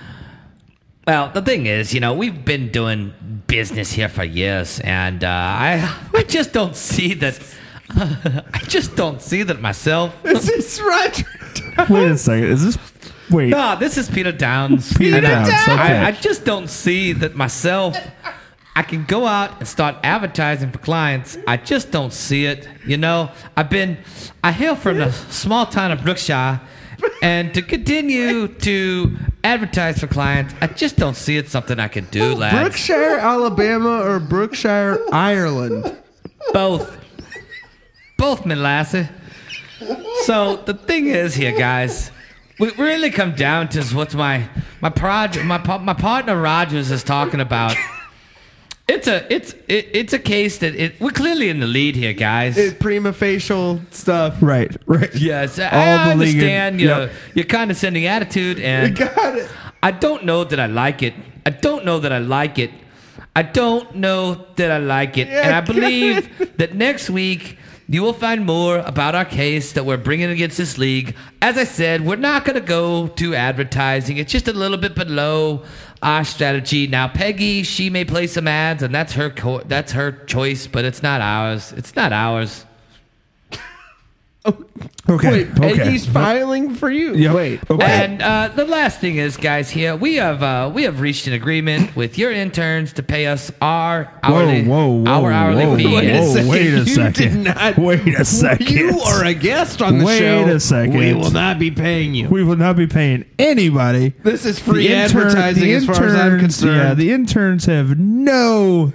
Speaker 10: Well, the thing is, you know, we've been doing business here for years, and uh, I, I just don't see that. I just don't see that myself.
Speaker 3: Is this right?
Speaker 2: Wait a second. Is this? Wait.
Speaker 10: No, Ah, this is Peter Downs.
Speaker 2: Peter Downs, okay.
Speaker 10: I, I just don't see that myself. I can go out and start advertising for clients. I just don't see it. You know, I've been, I hail from the small town of Brookshire, and to continue to advertise for clients, I just don't see it something I can
Speaker 2: Oh,
Speaker 10: do, lads.
Speaker 4: Brookshire, Alabama, or Brookshire, Ireland?
Speaker 10: Both. Both, me lassie. So the thing is here, guys, we really come down to is what's my my prod my pa- my partner Rogers is talking about. It's a it's it, it's a case that it, we're clearly in the lead here, guys.
Speaker 4: It's prima facial stuff.
Speaker 2: Right. Right.
Speaker 10: yes, I- I
Speaker 2: All the league-
Speaker 10: understand your
Speaker 2: yep.
Speaker 10: your condescending attitude, and
Speaker 4: Got it.
Speaker 10: I don't know that I like it. I don't know that I like it. I don't know that I like it. and I believe that next week you will find more about our case that we're bringing against this league. As I said, we're not going to go to advertising, it's just a little bit below our strategy. Now, Peggy, she may play some ads, and that's her, co- that's her choice, but it's not ours. It's not ours.
Speaker 2: Okay.
Speaker 4: Wait,
Speaker 2: okay.
Speaker 4: Peggy's filing for you.
Speaker 2: Yep.
Speaker 4: Wait.
Speaker 2: Okay.
Speaker 10: And uh, the last thing is, guys, here we have uh, we have reached an agreement with your interns to pay us our hourly
Speaker 2: whoa, whoa, whoa,
Speaker 10: our hourly
Speaker 2: whoa,
Speaker 10: fee.
Speaker 2: Wait a second. Wait a
Speaker 4: You did
Speaker 2: second.
Speaker 4: not-
Speaker 2: Wait a second.
Speaker 4: You are a guest on the
Speaker 2: Wait
Speaker 4: show.
Speaker 2: a second.
Speaker 4: We will not be paying you.
Speaker 2: We will not be paying anybody.
Speaker 4: This is free
Speaker 2: The intern-
Speaker 4: advertising
Speaker 2: the
Speaker 4: as far as I'm
Speaker 2: interns- Yeah,
Speaker 4: concerned.
Speaker 2: the interns have no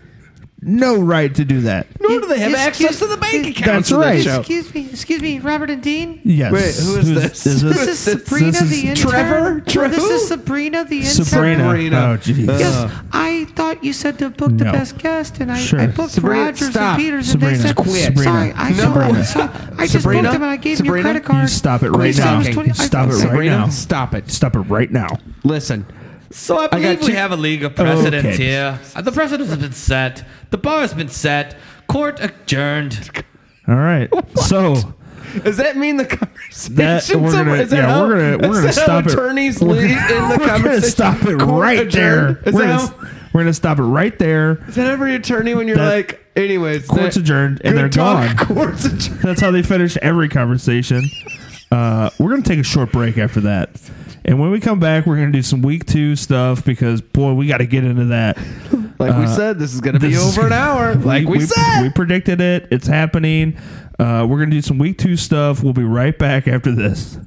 Speaker 2: no right to do that.
Speaker 4: Nor do they have access to the bank accounts.
Speaker 2: That's
Speaker 4: of this
Speaker 2: right.
Speaker 4: show.
Speaker 11: Excuse me, excuse me, Robert and Dean.
Speaker 2: Yes.
Speaker 4: Wait, who is this?
Speaker 11: This is Sabrina
Speaker 2: this
Speaker 11: the intern.
Speaker 4: Trevor?
Speaker 11: No, this
Speaker 4: Who?
Speaker 11: is Sabrina the intern.
Speaker 2: Sabrina.
Speaker 4: Sabrina.
Speaker 2: Oh, jeez.
Speaker 11: Yes, I thought you said to book the
Speaker 2: No.
Speaker 11: best guest, and I,
Speaker 2: Sure.
Speaker 11: I booked
Speaker 4: Sabrina,
Speaker 11: Rogers
Speaker 4: stop.
Speaker 11: and Peters,
Speaker 2: Sabrina,
Speaker 11: and they said,
Speaker 2: quit. Sabrina.
Speaker 11: "Sorry, I
Speaker 2: No.
Speaker 11: know, so I just
Speaker 4: Sabrina,
Speaker 11: booked them, and I gave
Speaker 4: Sabrina,
Speaker 11: them your credit
Speaker 2: You
Speaker 11: card."
Speaker 2: stop it
Speaker 11: Quit
Speaker 2: right now.
Speaker 11: saying it was 20
Speaker 2: Stop it right
Speaker 4: Sabrina,
Speaker 2: now.
Speaker 4: stop it.
Speaker 2: Stop it right now.
Speaker 4: Listen,
Speaker 10: So I believe we
Speaker 4: two-
Speaker 10: have a league of precedents
Speaker 2: Okay.
Speaker 10: here. Uh, The precedent has been set. The bar has been set. Court adjourned.
Speaker 2: All right. So
Speaker 4: does that mean the conversation?
Speaker 2: That- we're
Speaker 4: somewhere-
Speaker 2: gonna-
Speaker 4: is that
Speaker 2: yeah,
Speaker 4: how,
Speaker 2: we're gonna- we're gonna
Speaker 4: is that how
Speaker 2: stop it.
Speaker 4: attorneys
Speaker 2: We're
Speaker 4: lead in the
Speaker 2: we're gonna
Speaker 4: conversation.
Speaker 2: stop it
Speaker 4: Court
Speaker 2: right
Speaker 4: adjourned.
Speaker 2: there.
Speaker 4: Is
Speaker 2: We're
Speaker 4: that,
Speaker 2: gonna,
Speaker 4: how,
Speaker 2: we're gonna stop it right there.
Speaker 4: is that every attorney when you're
Speaker 2: That-
Speaker 4: like, anyways,
Speaker 2: Court's
Speaker 4: that-
Speaker 2: adjourned and
Speaker 4: good
Speaker 2: they're
Speaker 4: talk,
Speaker 2: gone. Uh,
Speaker 4: Court's adjourned.
Speaker 2: That's how they finish every conversation. Uh, we're going to take a short break after that. And when we come back, we're going to do some week two stuff because, boy, we got to get into that.
Speaker 4: Like we said, this is going to be
Speaker 2: this is-
Speaker 4: over an hour. Like we, said.
Speaker 2: We predicted it. It's happening. Uh, we're going to do some week two stuff. We'll be right back after this.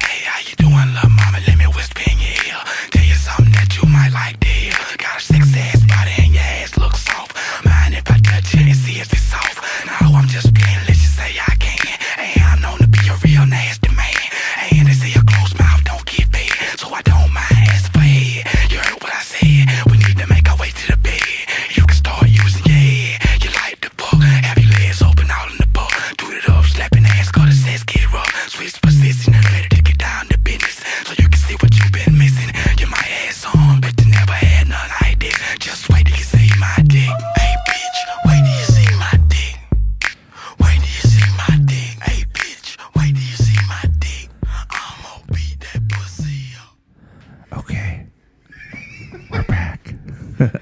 Speaker 9: Hey, how you doing, love mama? Let me whisper in your ear. Tell you something that you might like to hear. Got a sexy ass body and your ass looks soft. Mind if I touch it and see if it's soft? No, I'm just playing. Let's just say I can. And I'm known to be a real nasty man. And they say a closed mouth don't get fed, so I don't mind asking for head. You heard what I said? We need to make our way to the bed. You can start using your head. You like the book? Have your legs open all in the book? Do it up, slapping ass, cut a sex, get rough. Switch position, ready to get down to business. So you can see what you've been missing. You my ass on, but you never had none like this. Just wait till you see my dick. Hey, bitch, wait till you see my dick. Wait till you see my dick. Hey, bitch, wait till you see my dick. I'm gonna beat that pussy up.
Speaker 2: Okay. We're back.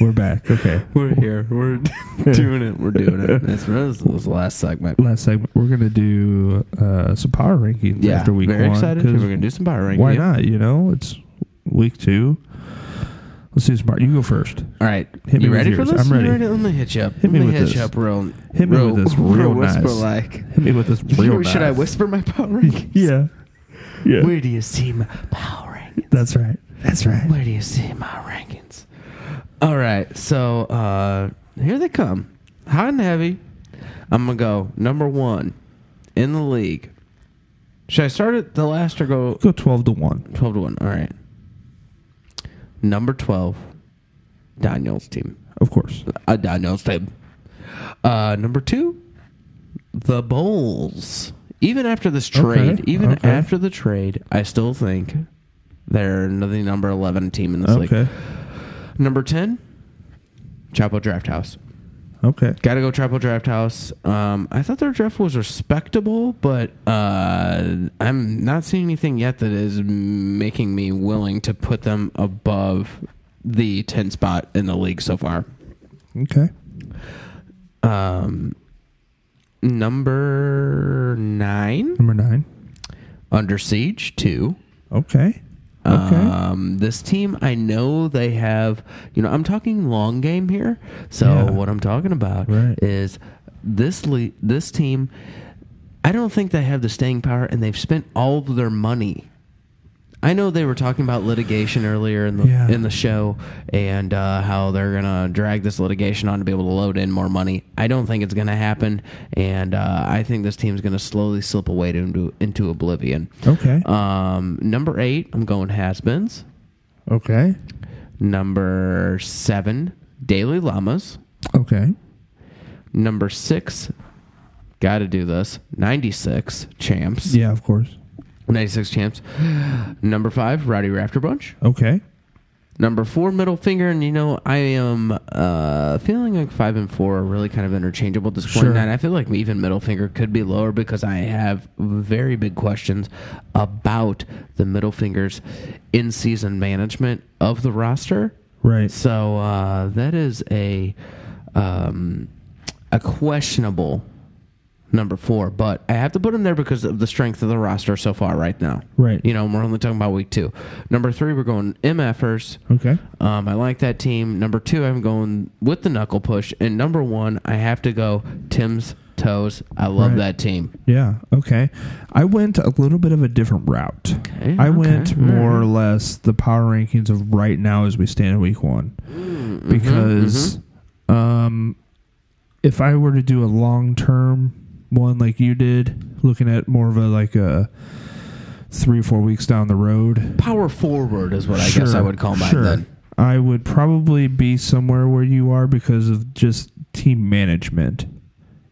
Speaker 2: we're back. Okay.
Speaker 3: We're here. We're doing it. We're doing it. That's this was the last segment.
Speaker 2: Last segment, we're going to do uh, some power rankings
Speaker 3: Yeah,
Speaker 2: after week
Speaker 3: very
Speaker 2: one.
Speaker 3: excited.
Speaker 2: 'cause
Speaker 3: We're gonna do some power rankings.
Speaker 2: Why not? You know, it's week two. Let's see, smart. You go first.
Speaker 3: All right,
Speaker 2: Hit me
Speaker 3: you
Speaker 2: with
Speaker 3: ready for
Speaker 2: yours.
Speaker 3: this?
Speaker 2: I'm
Speaker 3: You
Speaker 2: ready.
Speaker 3: Let me hit you up.
Speaker 2: Hit me
Speaker 3: Let me
Speaker 2: with
Speaker 3: hit
Speaker 2: this.
Speaker 3: you up real.
Speaker 2: Hit me
Speaker 3: real,
Speaker 2: with this real
Speaker 3: whisper
Speaker 2: nice.
Speaker 3: like.
Speaker 2: Hit me with this real
Speaker 3: Should I
Speaker 2: knife.
Speaker 3: whisper my power ranking?
Speaker 2: Yeah. Yeah.
Speaker 3: Where do you see my power ranking?
Speaker 2: That's right. That's right.
Speaker 3: Where do you see my rankings? All right, so uh here they come, hot and heavy. I'm gonna go number one in the league. Should I start at the last or go
Speaker 2: Go 12 to 1.
Speaker 3: twelve to one? All right, number twelve, Daniel's team.
Speaker 2: Of course.
Speaker 3: Uh, Daniel's team. Uh, number two,
Speaker 4: the Bulls. Even after this trade, even
Speaker 2: okay.
Speaker 4: after the trade, I still think they're the number eleven team in this
Speaker 2: Okay.
Speaker 4: league. Number ten, Chapo Draft House.
Speaker 2: Okay.
Speaker 4: Gotta go Trapo Draft House. Um, I thought their draft was respectable, but uh, I'm not seeing anything yet that is making me willing to put them above the 10 spot in the league so far.
Speaker 2: Okay.
Speaker 4: Um, number nine,
Speaker 2: Number nine.
Speaker 4: Under Siege 2.
Speaker 2: Okay. Okay.
Speaker 3: Uh,
Speaker 4: Um, this team, I know they have, you know, I'm talking long game here. So
Speaker 2: Yeah.
Speaker 4: what I'm talking about
Speaker 2: Right.
Speaker 4: is this le- this team. I don't think they have the staying power, and they've spent all of their money. I know they were talking about litigation earlier in the
Speaker 2: Yeah.
Speaker 4: in the show, and uh, how they're gonna drag this litigation on to be able to load in more money. I don't think it's gonna happen, and uh, I think this team's gonna slowly slip away to, into into oblivion.
Speaker 2: okay.
Speaker 3: uh,
Speaker 4: Um, number eight, I'm going Hasbens.
Speaker 2: okay.
Speaker 4: Number seven, Daily Llamas.
Speaker 2: Okay.
Speaker 4: Number six, gotta do this. 96 champs.
Speaker 2: Yeah, of course.
Speaker 4: 96 champs. Number five, Rowdy Rafter Bunch.
Speaker 2: Okay.
Speaker 4: Number four, Middle Finger. And you know, I am uh, feeling like five and four are really kind of interchangeable at this point.
Speaker 2: Sure.
Speaker 4: And I feel like even Middle Finger could be lower because I have very big questions about the Middle Finger's in season management of the roster.
Speaker 2: Right.
Speaker 4: So uh, that is a um, a questionable number four, but I have to put him there because of the strength of the roster so far right now.
Speaker 2: Right.
Speaker 4: You know, and we're only talking about week two. Number three, we're going MFers.
Speaker 2: Okay.
Speaker 4: Um, I like that team. Number two, I'm going with the knuckle push, and number one, I have to go Tim's toes. I love
Speaker 2: Right.
Speaker 4: that team.
Speaker 2: Yeah. Okay. I went a little bit of a different route.
Speaker 4: Okay,
Speaker 2: I
Speaker 4: okay,
Speaker 2: went
Speaker 4: all
Speaker 2: more or less the power rankings of right now as we stand in week one,
Speaker 4: Mm-hmm,
Speaker 2: because um, if I were to do a long term one like you did, looking at more of a like a three four weeks down the road,
Speaker 4: Power forward is what I guess I
Speaker 2: Sure,
Speaker 4: would call mine
Speaker 2: sure.
Speaker 4: then.
Speaker 2: I would probably be somewhere where you are because of just team management.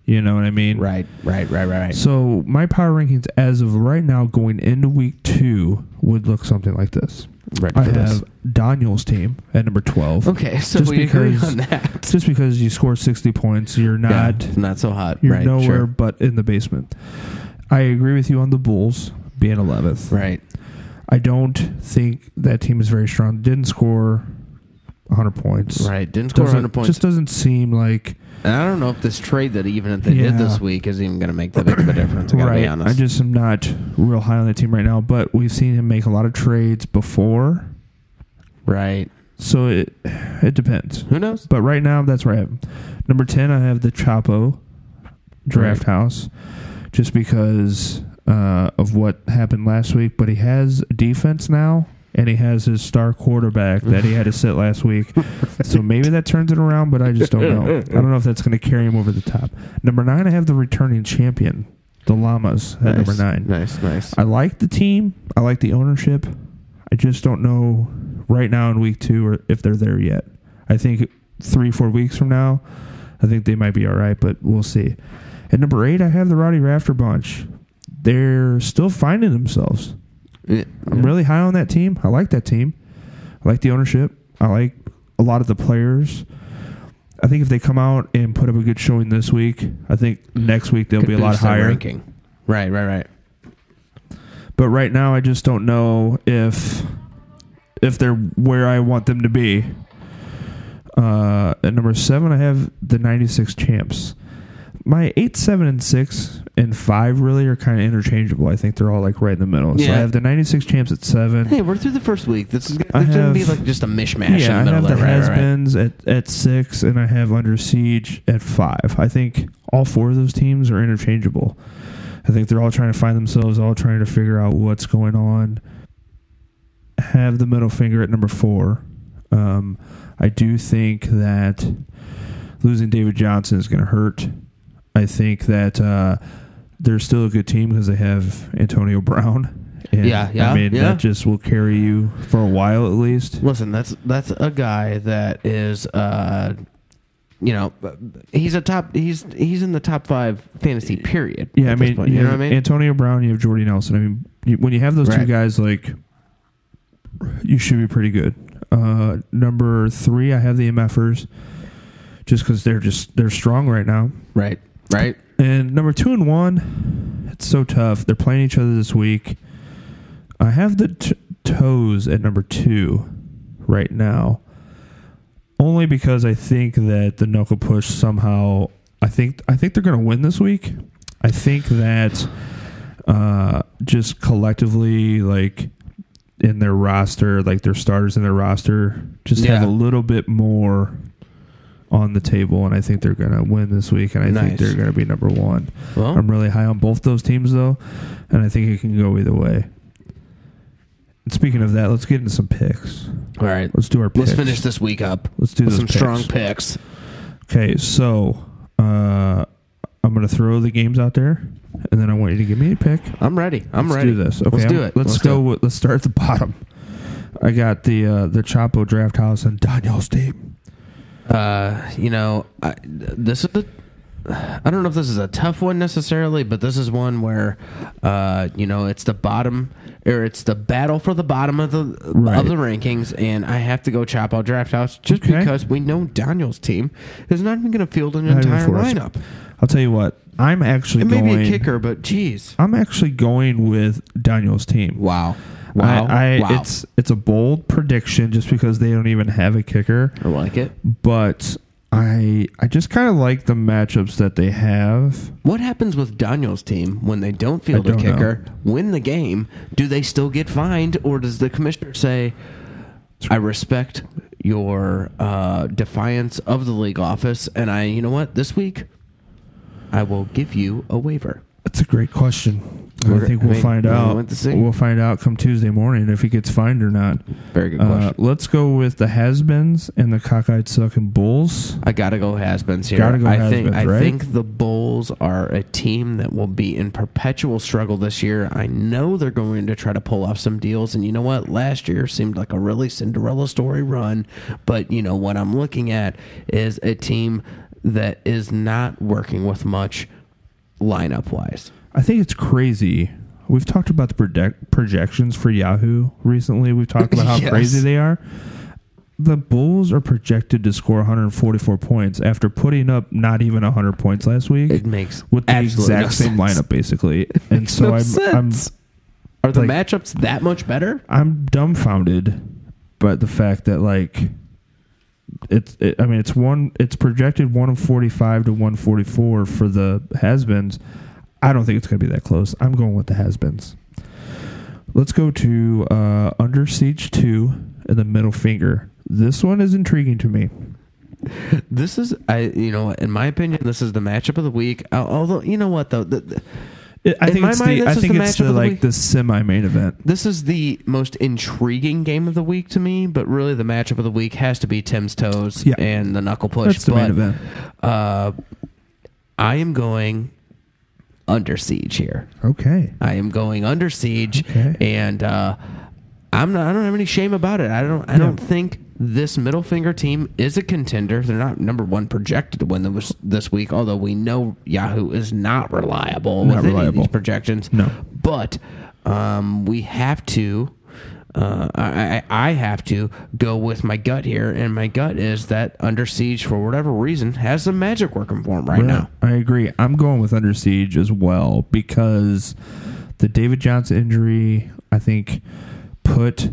Speaker 2: You know what I mean?
Speaker 4: Right, right, right, right, right.
Speaker 2: So my power rankings as of right now, going into week two, would look something like this.
Speaker 4: Right
Speaker 2: I
Speaker 4: for this.
Speaker 2: have Daniel's team at number twelve.
Speaker 4: Okay, so
Speaker 2: Just
Speaker 4: we agree
Speaker 2: because-
Speaker 4: on that.
Speaker 2: Just because you score sixty points, you're
Speaker 4: Yeah,
Speaker 2: not
Speaker 4: not so hot.
Speaker 2: you're
Speaker 4: right,
Speaker 2: nowhere
Speaker 4: sure.
Speaker 2: but in the basement. I agree with you on the Bulls being eleventh.
Speaker 4: Right.
Speaker 2: I don't think that team is very strong. Didn't score hundred points.
Speaker 4: Right. Didn't score
Speaker 2: Doesn't-
Speaker 4: 100 points.
Speaker 2: Just doesn't seem like
Speaker 4: and I don't know if this trade that even if they
Speaker 2: Yeah.
Speaker 4: did this week is even going to make that big of a difference. I got to
Speaker 2: right.
Speaker 4: be honest.
Speaker 2: I just am not real high on the team right now, but we've seen him make a lot of trades before.
Speaker 4: right.
Speaker 2: So it it depends.
Speaker 4: Who knows?
Speaker 2: But right now, that's where I have him. Number ten. I have the Chapo Draft
Speaker 4: Right.
Speaker 2: House, just because uh, of what happened last week. But he has defense now, and he has his star quarterback that he had to sit last week. So maybe that turns it around. But I just don't know. I don't know if that's going to carry him over the top. Number nine. I have the returning champion, the Llamas, at
Speaker 4: nice.
Speaker 2: number nine.
Speaker 4: Nice, nice.
Speaker 2: I like the team. I like the ownership. I just don't know right now in week two or if they're there yet. I think three, four weeks from now, I think they might be all right, but we'll see. At number eight, I have the Rowdy Rafter bunch. They're still finding themselves.
Speaker 4: Yeah.
Speaker 2: I'm really high on that team. I like that team. I like the ownership. I like a lot of the players. I think if they come out and put up a good showing this week, I think next week they'll
Speaker 4: Could
Speaker 2: be a lot
Speaker 4: boost their
Speaker 2: higher.
Speaker 4: ranking. Right, right, right.
Speaker 2: but right now I just don't know if if they're where I want them to be. Uh, at number seven, I have the '96 champs. My eight, seven, and six and five really are kind of interchangeable. I think they're all like right in the middle. So I
Speaker 4: Yeah.
Speaker 2: have the '96 champs at seven.
Speaker 4: Hey, we're through the first week. This is
Speaker 2: I
Speaker 4: going to be
Speaker 2: have-
Speaker 4: like just a mishmash
Speaker 2: Yeah,
Speaker 4: in
Speaker 2: I
Speaker 4: the
Speaker 2: have
Speaker 4: middle
Speaker 2: the
Speaker 4: of it. Right, right, right.
Speaker 2: has-beens at, at six, and I have under siege at five. I think all four of those teams are interchangeable. I think they're all trying to find themselves, all trying to figure out what's going on. Have the middle finger at number four. Um, I do think that losing David Johnson is going to hurt. I think that uh, they're still a good team because they have Antonio Brown. And,
Speaker 4: Yeah, yeah,
Speaker 2: I mean,
Speaker 4: yeah.
Speaker 2: that just will carry you for a while at least.
Speaker 4: Listen, that's that's a guy that is uh you know, he's a top. He's he's in the top five fantasy period.
Speaker 2: Yeah, I
Speaker 4: at this
Speaker 2: mean,
Speaker 4: point, you know what I mean.
Speaker 2: Antonio Brown, you have Jordy Nelson. I mean, you, when you have those two
Speaker 4: Right.
Speaker 2: guys, like, you should be pretty good. Uh, number three, I have the MFers, just because they're just they're strong right now.
Speaker 4: right, right.
Speaker 2: And number two and one, it's so tough. They're playing each other this week. I have the t- toes at number two right now, only because I think that the knuckle push somehow. I think I think they're going to win this week. I think that uh, just collectively, like in their roster, like their starters in their roster, just have
Speaker 4: Yeah.
Speaker 2: a little bit more on the table, and I think they're going to win this week, and I think
Speaker 4: Nice.
Speaker 2: they're going to be number one.
Speaker 4: Well,
Speaker 2: I'm really high on both those teams, though, and I think it can go either way. And speaking of that, let's get into some picks.
Speaker 4: all right.
Speaker 2: Let's do our picks.
Speaker 4: Let's finish this week up.
Speaker 2: Let's do
Speaker 4: with
Speaker 2: those
Speaker 4: some
Speaker 2: picks.
Speaker 4: strong picks.
Speaker 2: Okay, so uh, I'm going to throw the games out there, and then I want you to give me a pick.
Speaker 4: I'm ready. I'm
Speaker 2: let's
Speaker 4: ready.
Speaker 2: do this. Okay,
Speaker 4: let's do
Speaker 2: I'm-
Speaker 4: it.
Speaker 2: Let's, go.
Speaker 4: do it.
Speaker 2: with, let's start at the bottom. I got the uh, the Chapo Draft House and Danielle's team.
Speaker 4: Uh, you know, I, this is a. I don't know if this is a tough one necessarily, but this is one where, uh, you know, it's the bottom or it's the battle for the bottom of the
Speaker 2: Right.
Speaker 4: of the rankings, and I have to go chop out draft house just
Speaker 2: Okay.
Speaker 4: because we know Daniel's team is not even going to field an
Speaker 2: Not even
Speaker 4: entire
Speaker 2: for us.
Speaker 4: lineup.
Speaker 2: I'll tell you what. I'm actually
Speaker 4: It may
Speaker 2: going.
Speaker 4: be a kicker, but geez,
Speaker 2: I'm actually going with Daniel's team.
Speaker 4: wow, wow,
Speaker 2: I, I,
Speaker 4: wow.
Speaker 2: It's it's a bold prediction just because they don't even have a kicker,
Speaker 4: I like it.
Speaker 2: but I I just kind of like the matchups that they have.
Speaker 4: What happens with Daniel's team when they don't field
Speaker 2: don't
Speaker 4: a kicker, win the game? Do they still get fined, or does the commissioner say, "I respect your uh, defiance of the league office, and I, you know what, this week, I will give you a waiver."
Speaker 2: That's a great question. I
Speaker 4: We're-
Speaker 2: think
Speaker 4: I
Speaker 2: we'll
Speaker 4: mean,
Speaker 2: find
Speaker 4: we
Speaker 2: out.
Speaker 4: want to see.
Speaker 2: We'll find out come Tuesday morning if he gets fined or not.
Speaker 4: Very good
Speaker 2: Uh,
Speaker 4: question.
Speaker 2: let's go with the has-beens and the cockeyed sucking bulls.
Speaker 4: I gotta go Hasbens here.
Speaker 2: Gotta go
Speaker 4: I think
Speaker 2: Hasbens,
Speaker 4: I
Speaker 2: right?
Speaker 4: think the Bulls are a team that will be in perpetual struggle this year. I know they're going to try to pull off some deals, and you know what? Last year seemed like a really Cinderella story run, but you know what I'm looking at is a team that is not working with much lineup wise.
Speaker 2: I think it's crazy. We've talked about the project projections for Yahoo recently. We've talked about how
Speaker 4: Yes.
Speaker 2: crazy they are. The Bulls are projected to score 144 points after putting up not even 100 points last week
Speaker 4: It makes
Speaker 2: with the
Speaker 4: absolutely
Speaker 2: exact
Speaker 4: no
Speaker 2: same
Speaker 4: sense.
Speaker 2: lineup, basically. And so
Speaker 4: no
Speaker 2: I'm,
Speaker 4: sense. Are the
Speaker 2: like-
Speaker 4: matchups that much better?
Speaker 2: I'm I'm dumbfounded by the fact that like it's it, I mean it's one it's projected 145 to 144 for the has-beens. I don't think it's going to be that close. I'm going with the has-beens. Let's go to uh, Under Siege 2 and the middle finger. This one is intriguing to me.
Speaker 4: This is, I you know, in my opinion, this is the matchup of the week. Al- Although, you know what though, the, the-
Speaker 2: It, I
Speaker 4: In
Speaker 2: think
Speaker 4: my
Speaker 2: it's
Speaker 4: mind,
Speaker 2: the
Speaker 4: this
Speaker 2: I
Speaker 4: is
Speaker 2: think
Speaker 4: the
Speaker 2: it's
Speaker 4: matchup
Speaker 2: the
Speaker 4: of the
Speaker 2: like
Speaker 4: week.
Speaker 2: the semi main event.
Speaker 4: this is the most intriguing game of the week to me. But really, the matchup of the week has to be Tim's toes
Speaker 2: Yeah.
Speaker 4: and the knuckle push.
Speaker 2: That's the main
Speaker 4: but
Speaker 2: event.
Speaker 4: uh, I am going under siege here.
Speaker 2: Okay.
Speaker 4: I am going under siege,
Speaker 2: Okay.
Speaker 4: and uh, I'm not. I don't have any shame about it. I don't. I don't think this middle finger team is a contender. They're not number one projected to win this this week. Although we know Yahoo is not reliable
Speaker 2: Not
Speaker 4: with any of
Speaker 2: reliable.
Speaker 4: these projections.
Speaker 2: No.
Speaker 4: but um, we have to. Uh, I, I I have to go with my gut here, and my gut is that Under Siege, for whatever reason, has some magic working for him right now.
Speaker 2: I agree. I'm going with Under Siege as well because the David Johnson injury, I think, put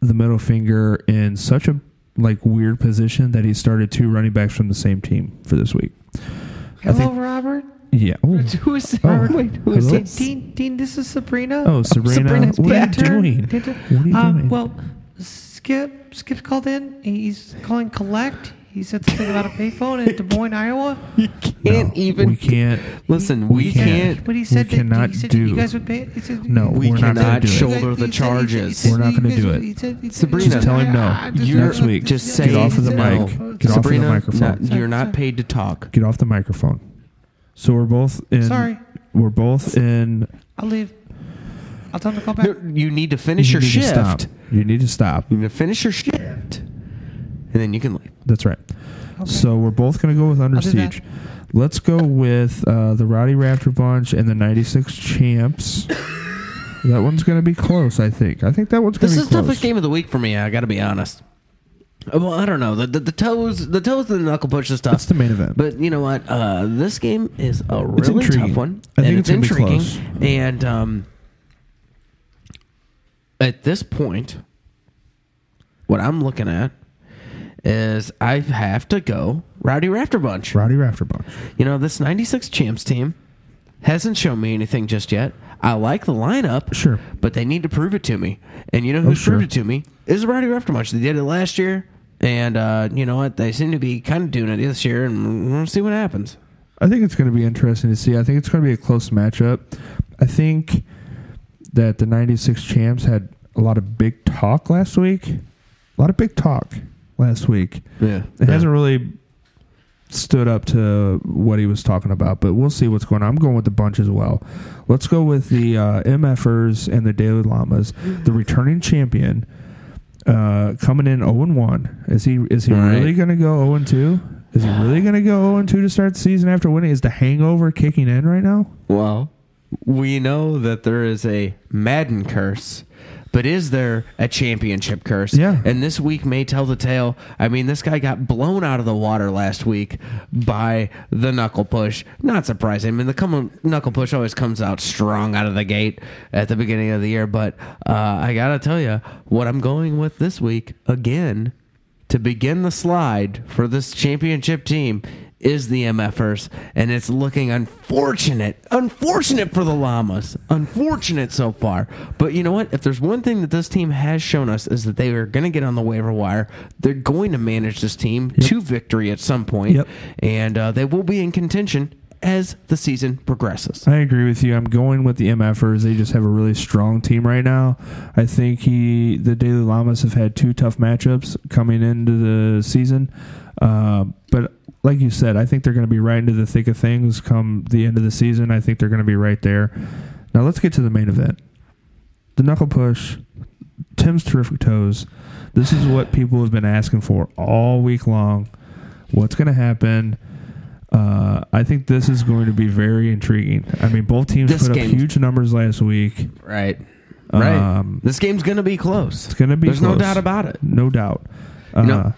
Speaker 2: the middle finger in such a like weird position that he started two running backs from the same team for this week.
Speaker 10: Hello,
Speaker 2: think-
Speaker 10: Robert.
Speaker 2: Yeah. Oh,
Speaker 4: Who is that?
Speaker 2: Oh,
Speaker 4: Wait, who is
Speaker 2: hello?
Speaker 4: this?
Speaker 10: Dean, Dean, this is Sabrina.
Speaker 2: oh Sabrina,
Speaker 10: Sabrina's
Speaker 2: what are you
Speaker 10: back.
Speaker 2: doing? What are you
Speaker 10: Um,
Speaker 2: doing?
Speaker 10: Well, Skip, Skip's called in. He's calling collect. He said something about a payphone in Des Moines, Iowa.
Speaker 4: Can't even.
Speaker 2: we can't.
Speaker 4: Listen,
Speaker 2: We
Speaker 4: we
Speaker 10: He said-
Speaker 2: can't.
Speaker 4: can't.
Speaker 10: But he said
Speaker 2: We
Speaker 10: that
Speaker 2: cannot
Speaker 10: he said
Speaker 2: do-
Speaker 10: you guys would pay. He said,
Speaker 2: No,
Speaker 10: you
Speaker 2: we
Speaker 10: guys-
Speaker 2: cannot
Speaker 10: you guys-
Speaker 2: shoulder
Speaker 4: the
Speaker 10: you said- he said- he
Speaker 4: charges.
Speaker 10: said
Speaker 2: We're not
Speaker 10: you
Speaker 2: gonna
Speaker 10: guys
Speaker 2: do
Speaker 10: would-
Speaker 2: it.
Speaker 10: he said- he said-
Speaker 4: Sabrina,
Speaker 10: he said-
Speaker 2: Just tell him no.
Speaker 10: I just-
Speaker 4: You're-
Speaker 2: Next week,
Speaker 4: just
Speaker 10: He
Speaker 4: say
Speaker 10: said-
Speaker 2: get off of the
Speaker 10: no.
Speaker 2: mic. Get off of the
Speaker 4: Sabrina,
Speaker 2: microphone.
Speaker 4: no, you're
Speaker 10: Sorry.
Speaker 4: not paid to talk.
Speaker 2: Get off the microphone. So we're both in.
Speaker 10: Sorry.
Speaker 2: We're both in.
Speaker 10: I'll leave. I'll tell him to call back.
Speaker 4: No, You need to finish
Speaker 2: you
Speaker 4: your
Speaker 2: need
Speaker 4: shift.
Speaker 2: To stop. You need to stop.
Speaker 4: You need to finish your shift. and then you can leave.
Speaker 2: That's right. So we're both going to go with Under
Speaker 10: I'll do that.
Speaker 2: Siege. Let's go with uh, the Rowdy Raptor Bunch and the 96 Champs. that one's going to be close, I think. I think that one's going
Speaker 4: This
Speaker 2: to
Speaker 4: is
Speaker 2: be
Speaker 4: the
Speaker 2: close.
Speaker 4: toughest game of the week for me. I got to be honest. Uh, Well, I don't know. The, the, the toes, the toes, and the knuckle push is tough.
Speaker 2: That's the main event.
Speaker 4: But you know what? Uh, this game is a really
Speaker 2: intriguing.
Speaker 4: tough one.
Speaker 2: I think
Speaker 4: and
Speaker 2: it's gonna be
Speaker 4: intriguing.
Speaker 2: close.
Speaker 4: And um, at this point, what I'm looking at is I have to go Rowdy Rafter Bunch.
Speaker 2: Rowdy Raptor Bunch.
Speaker 4: You know, this 96 champs team hasn't shown me anything just yet. I like the lineup.
Speaker 2: Sure. Oh,
Speaker 4: But they need to prove it to me. And you know who's
Speaker 2: sure.
Speaker 4: proved it to me? Is Rowdy Raftermunch. They did it last year. And uh, you know what? They seem to be kind of doing it this year. And we'll see what happens.
Speaker 2: I think it's going to be interesting to see. I think it's going to be a close matchup. I think that the 96 champs had a lot of big talk last week. A lot of big talk last week.
Speaker 4: Yeah.
Speaker 2: It hasn't really stood up to what he was talking about, but we'll see what's going on. I'm going with the bunch as well. Let's go with the uh, MFers and the Daily Llamas, the returning champion, uh, coming in 0 1. Is he is he
Speaker 4: All right.
Speaker 2: really going to go 0 2? Is he really going to go 0 2 to start the season after winning? Is the hangover kicking in right now?
Speaker 4: Well, we know that there is a Madden curse, but is there a championship curse?
Speaker 2: Yeah.
Speaker 4: And this week may tell the tale. I mean, this guy got blown out of the water last week by the knuckle push. Not surprising. I mean, the come knuckle push always comes out strong out of the gate at the beginning of the year. But uh, I gotta tell you, what I'm going with this week again to begin the slide for this championship team is the MFers, and it's looking unfortunate. Unfortunate for the Llamas. Unfortunate so far. But you know what? If there's one thing that this team has shown us is that they are going to get on the waiver wire. They're going to manage this team to victory at some point,
Speaker 2: Yep.
Speaker 4: and uh, they will be in contention as the season progresses.
Speaker 2: I agree with you. I'm going with the MFers. They just have a really strong team right now. I think he, the Daily Llamas have had two tough matchups coming into the season, uh, but like you said, I think they're going to be right into the thick of things come the end of the season. I think they're going to be right there. Now let's get to the main event: the knuckle push. Tim's terrific toes. This is what people have been asking for all week long. What's going to happen? Uh, I think this is going to be very intriguing. I mean, both teams
Speaker 4: This
Speaker 2: put
Speaker 4: game-
Speaker 2: up huge numbers last week.
Speaker 4: Right. Right.
Speaker 2: Um,
Speaker 4: this game's going to be close.
Speaker 2: It's going to be
Speaker 4: There's no
Speaker 2: close.
Speaker 4: doubt about it.
Speaker 2: No doubt. Uh,
Speaker 4: know-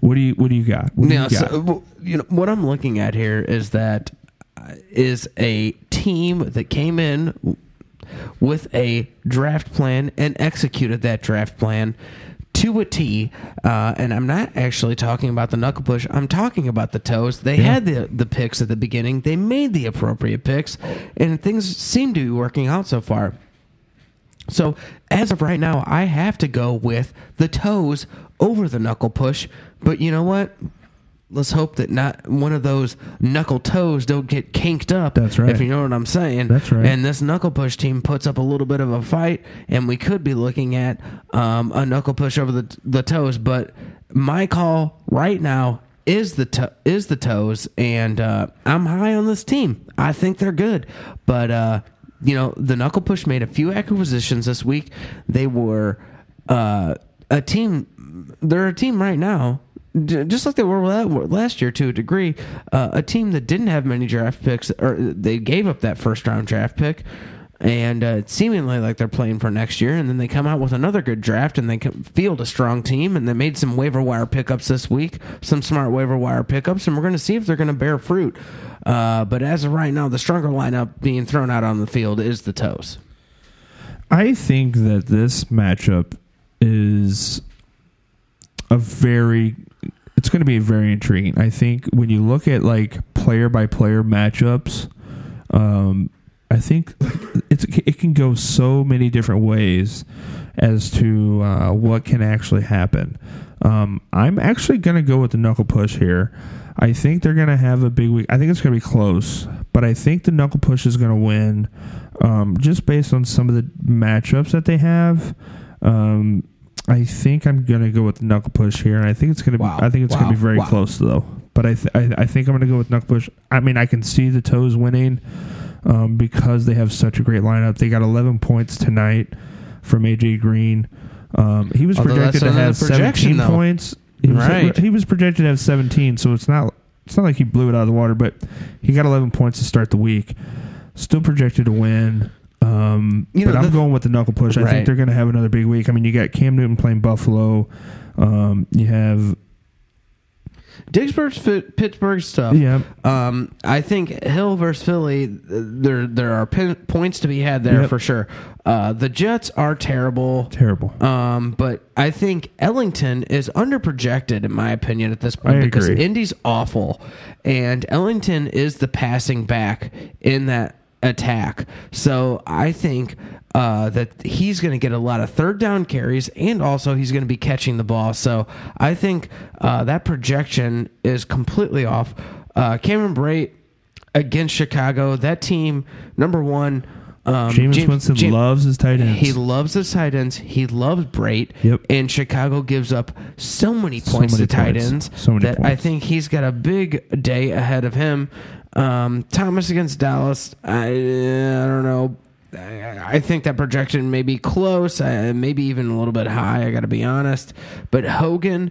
Speaker 2: what do you What do you got? What do
Speaker 4: Now,
Speaker 2: you got?
Speaker 4: so, w- you know what I'm looking at here is that uh, is a team that came in w- with a draft plan and executed that draft plan to a T. Uh, and I'm not actually talking about the knuckle push. I'm talking about the toes. They had the the picks at the beginning. They made the appropriate picks, and things seem to be working out so far. So as of right now, I have to go with the toes over the knuckle push. But you know what? Let's hope that not one of those knuckle toes don't get kinked up.
Speaker 2: That's right.
Speaker 4: If you know what I'm saying.
Speaker 2: That's right.
Speaker 4: And this knuckle push team puts up a little bit of a fight, and we could be looking at um, a knuckle push over the the toes. But my call right now is the to- is the toes, and uh, I'm high on this team. I think they're good, but uh, you know the knuckle push made a few acquisitions this week. They were uh, a team. They're a team right now J- just like they were la- last year to a degree, uh, a team that didn't have many draft picks, or they gave up that first round draft pick, and uh, it's seemingly like they're playing for next year, and then they come out with another good draft, and they can field a strong team, and they made some waiver wire pickups this week, some smart waiver wire pickups, and we're going to see if they're going to bear fruit. Uh, but as of right now, the stronger lineup being thrown out on the field is the toes.
Speaker 2: I think that this matchup is a very it's going to be very intriguing. I think when you look at like player by player matchups, um, I think it's it can go so many different ways as to uh, what can actually happen. Um, I'm actually going to go with the knuckle push here. I think they're going to have a big week. I think it's going to be close, but I think the knuckle push is going to win um, just based on some of the matchups that they have. Um, I think I'm going to go with the knuckle push here, and I think it's going to.
Speaker 4: Wow.
Speaker 2: I think it's
Speaker 4: Wow.
Speaker 2: going to be very
Speaker 4: Wow.
Speaker 2: close though. But I, th- I, I think I'm going to go with knuckle push. I mean, I can see the toes winning um, because they have such a great lineup. They got 11 points tonight from AJ Green. Um, he was
Speaker 4: Although that's
Speaker 2: projected to
Speaker 4: another
Speaker 2: have
Speaker 4: projection,
Speaker 2: 17
Speaker 4: though.
Speaker 2: points. He was,
Speaker 4: Right.
Speaker 2: He was projected to have 17, so it's not it's not like he blew it out of the water, but he got 11 points to start the week. Still projected to win. Um,
Speaker 4: You
Speaker 2: but
Speaker 4: know,
Speaker 2: I'm
Speaker 4: the-
Speaker 2: going with the knuckle push. I
Speaker 4: Right.
Speaker 2: think they're going to have another big week. I mean, you got Cam Newton playing Buffalo. Um, you have
Speaker 4: Pittsburgh's fit, Pittsburgh's stuff.
Speaker 2: yeah,
Speaker 4: Um, I think Hill versus Philly, th- there there are pin, points to be had there
Speaker 2: Yep.
Speaker 4: for sure. Uh, the Jets are terrible.
Speaker 2: terrible.
Speaker 4: Um, but I think Ellington is underprojected in my opinion at this point
Speaker 2: I
Speaker 4: because
Speaker 2: agree.
Speaker 4: Indy's awful, and Ellington is the passing back in that attack. So I think uh, that he's going to get a lot of third down carries, and also he's going to be catching the ball. So I think uh, that projection is completely off. Uh, Cameron Brait against Chicago, that team number one. Um,
Speaker 2: James, Winston
Speaker 4: Jam-
Speaker 2: loves his tight ends.
Speaker 4: he loves his tight ends. He loves Brait.
Speaker 2: Yep.
Speaker 4: And Chicago gives up so many points
Speaker 2: many
Speaker 4: to tight
Speaker 2: points.
Speaker 4: ends
Speaker 2: So many
Speaker 4: that I
Speaker 2: points.
Speaker 4: think he's got a big day ahead of him. Um, Thomas against Dallas. I, I don't know. I I think that projection may be close, uh, maybe even a little bit high. I got to be honest. But Hogan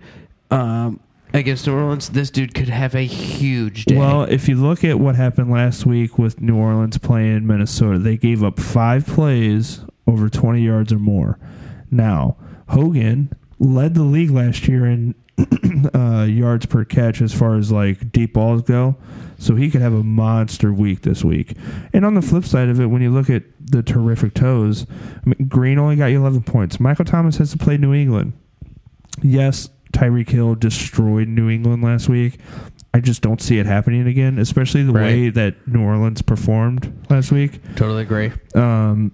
Speaker 4: um, against New Orleans, this dude could have a huge day.
Speaker 2: Well, if you look at what happened last week with New Orleans playing Minnesota, they gave up five plays over 20 yards or more. Now, Hogan led the league last year in uh, yards per catch as far as like deep balls go. So he could have a monster week this week. And on the flip side of it, when you look at the terrific toes, I mean, Green only got you 11 points. Michael Thomas has to play New England. Yes, Tyreek Hill destroyed New England last week. I just don't see it happening again, especially the
Speaker 4: Right.
Speaker 2: way that New Orleans performed last week.
Speaker 4: totally agree.
Speaker 2: Um,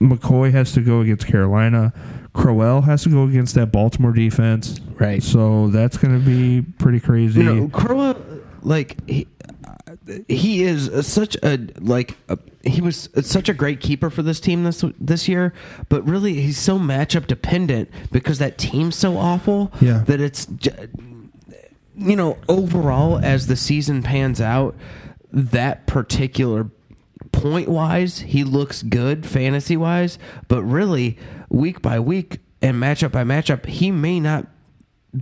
Speaker 2: McCoy has to go against Carolina. Crowell has to go against that Baltimore defense.
Speaker 4: Right.
Speaker 2: So that's going to be pretty crazy.
Speaker 4: you know Corolla, like he, he is such a like a, he was such a great keeper for this team this this year but really he's so matchup dependent because that team's so awful
Speaker 2: Yeah.
Speaker 4: that it's j- you know overall as the season pans out that particular point wise he looks good fantasy wise but really week by week and matchup by matchup he may not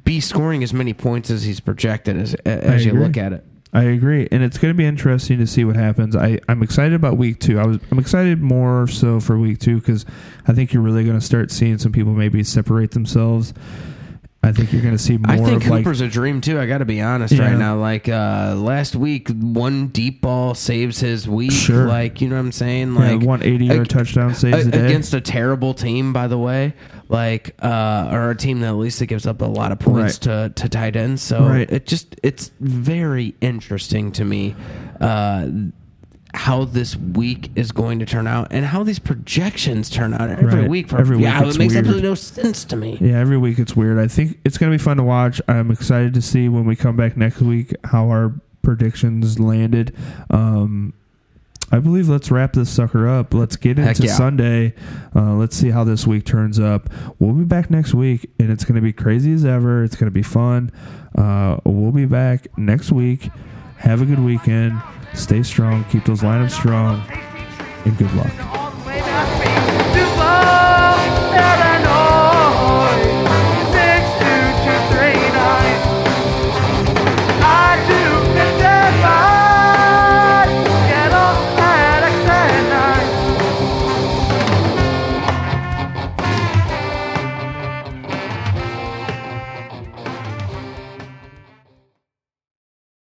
Speaker 4: be scoring as many points as he's projected as as you
Speaker 2: agree.
Speaker 4: look at it.
Speaker 2: I agree, and it's going to be interesting to see what happens. I I'm excited about week two. I was I'm excited more so for week two because I think you're really going to start seeing some people maybe separate themselves. I think you're going to see more
Speaker 4: I think
Speaker 2: of like
Speaker 4: Hooper's a dream too. I got to be honest
Speaker 2: Yeah.
Speaker 4: right now. Like uh, last week, one deep ball saves his week.
Speaker 2: Sure.
Speaker 4: Like you know what I'm saying?
Speaker 2: Yeah,
Speaker 4: Like
Speaker 2: one 80 yard touchdown saves the day.
Speaker 4: against a terrible team, by the way. Like uh, or a team that at least it gives up a lot of points to to tight ends. So
Speaker 2: Right.
Speaker 4: it just it's very interesting to me. Uh, how this week is going to turn out and how these projections turn out every
Speaker 2: Right.
Speaker 4: week for
Speaker 2: Every week
Speaker 4: yeah,
Speaker 2: it's
Speaker 4: it makes
Speaker 2: weird.
Speaker 4: absolutely no sense to me.
Speaker 2: yeah, every week it's weird. I think it's going to be fun to watch. I'm excited to see when we come back next week how our predictions landed. Um, I believe let's wrap this sucker up. Let's get
Speaker 4: Heck
Speaker 2: into
Speaker 4: yeah.
Speaker 2: Sunday. Uh, let's see how this week turns up. We'll be back next week, and it's going to be crazy as ever. It's going to be fun. Uh, we'll be back next week. Have a good weekend. Stay strong. Keep those lineups strong, and good luck.
Speaker 1: all the way back to Buffalo.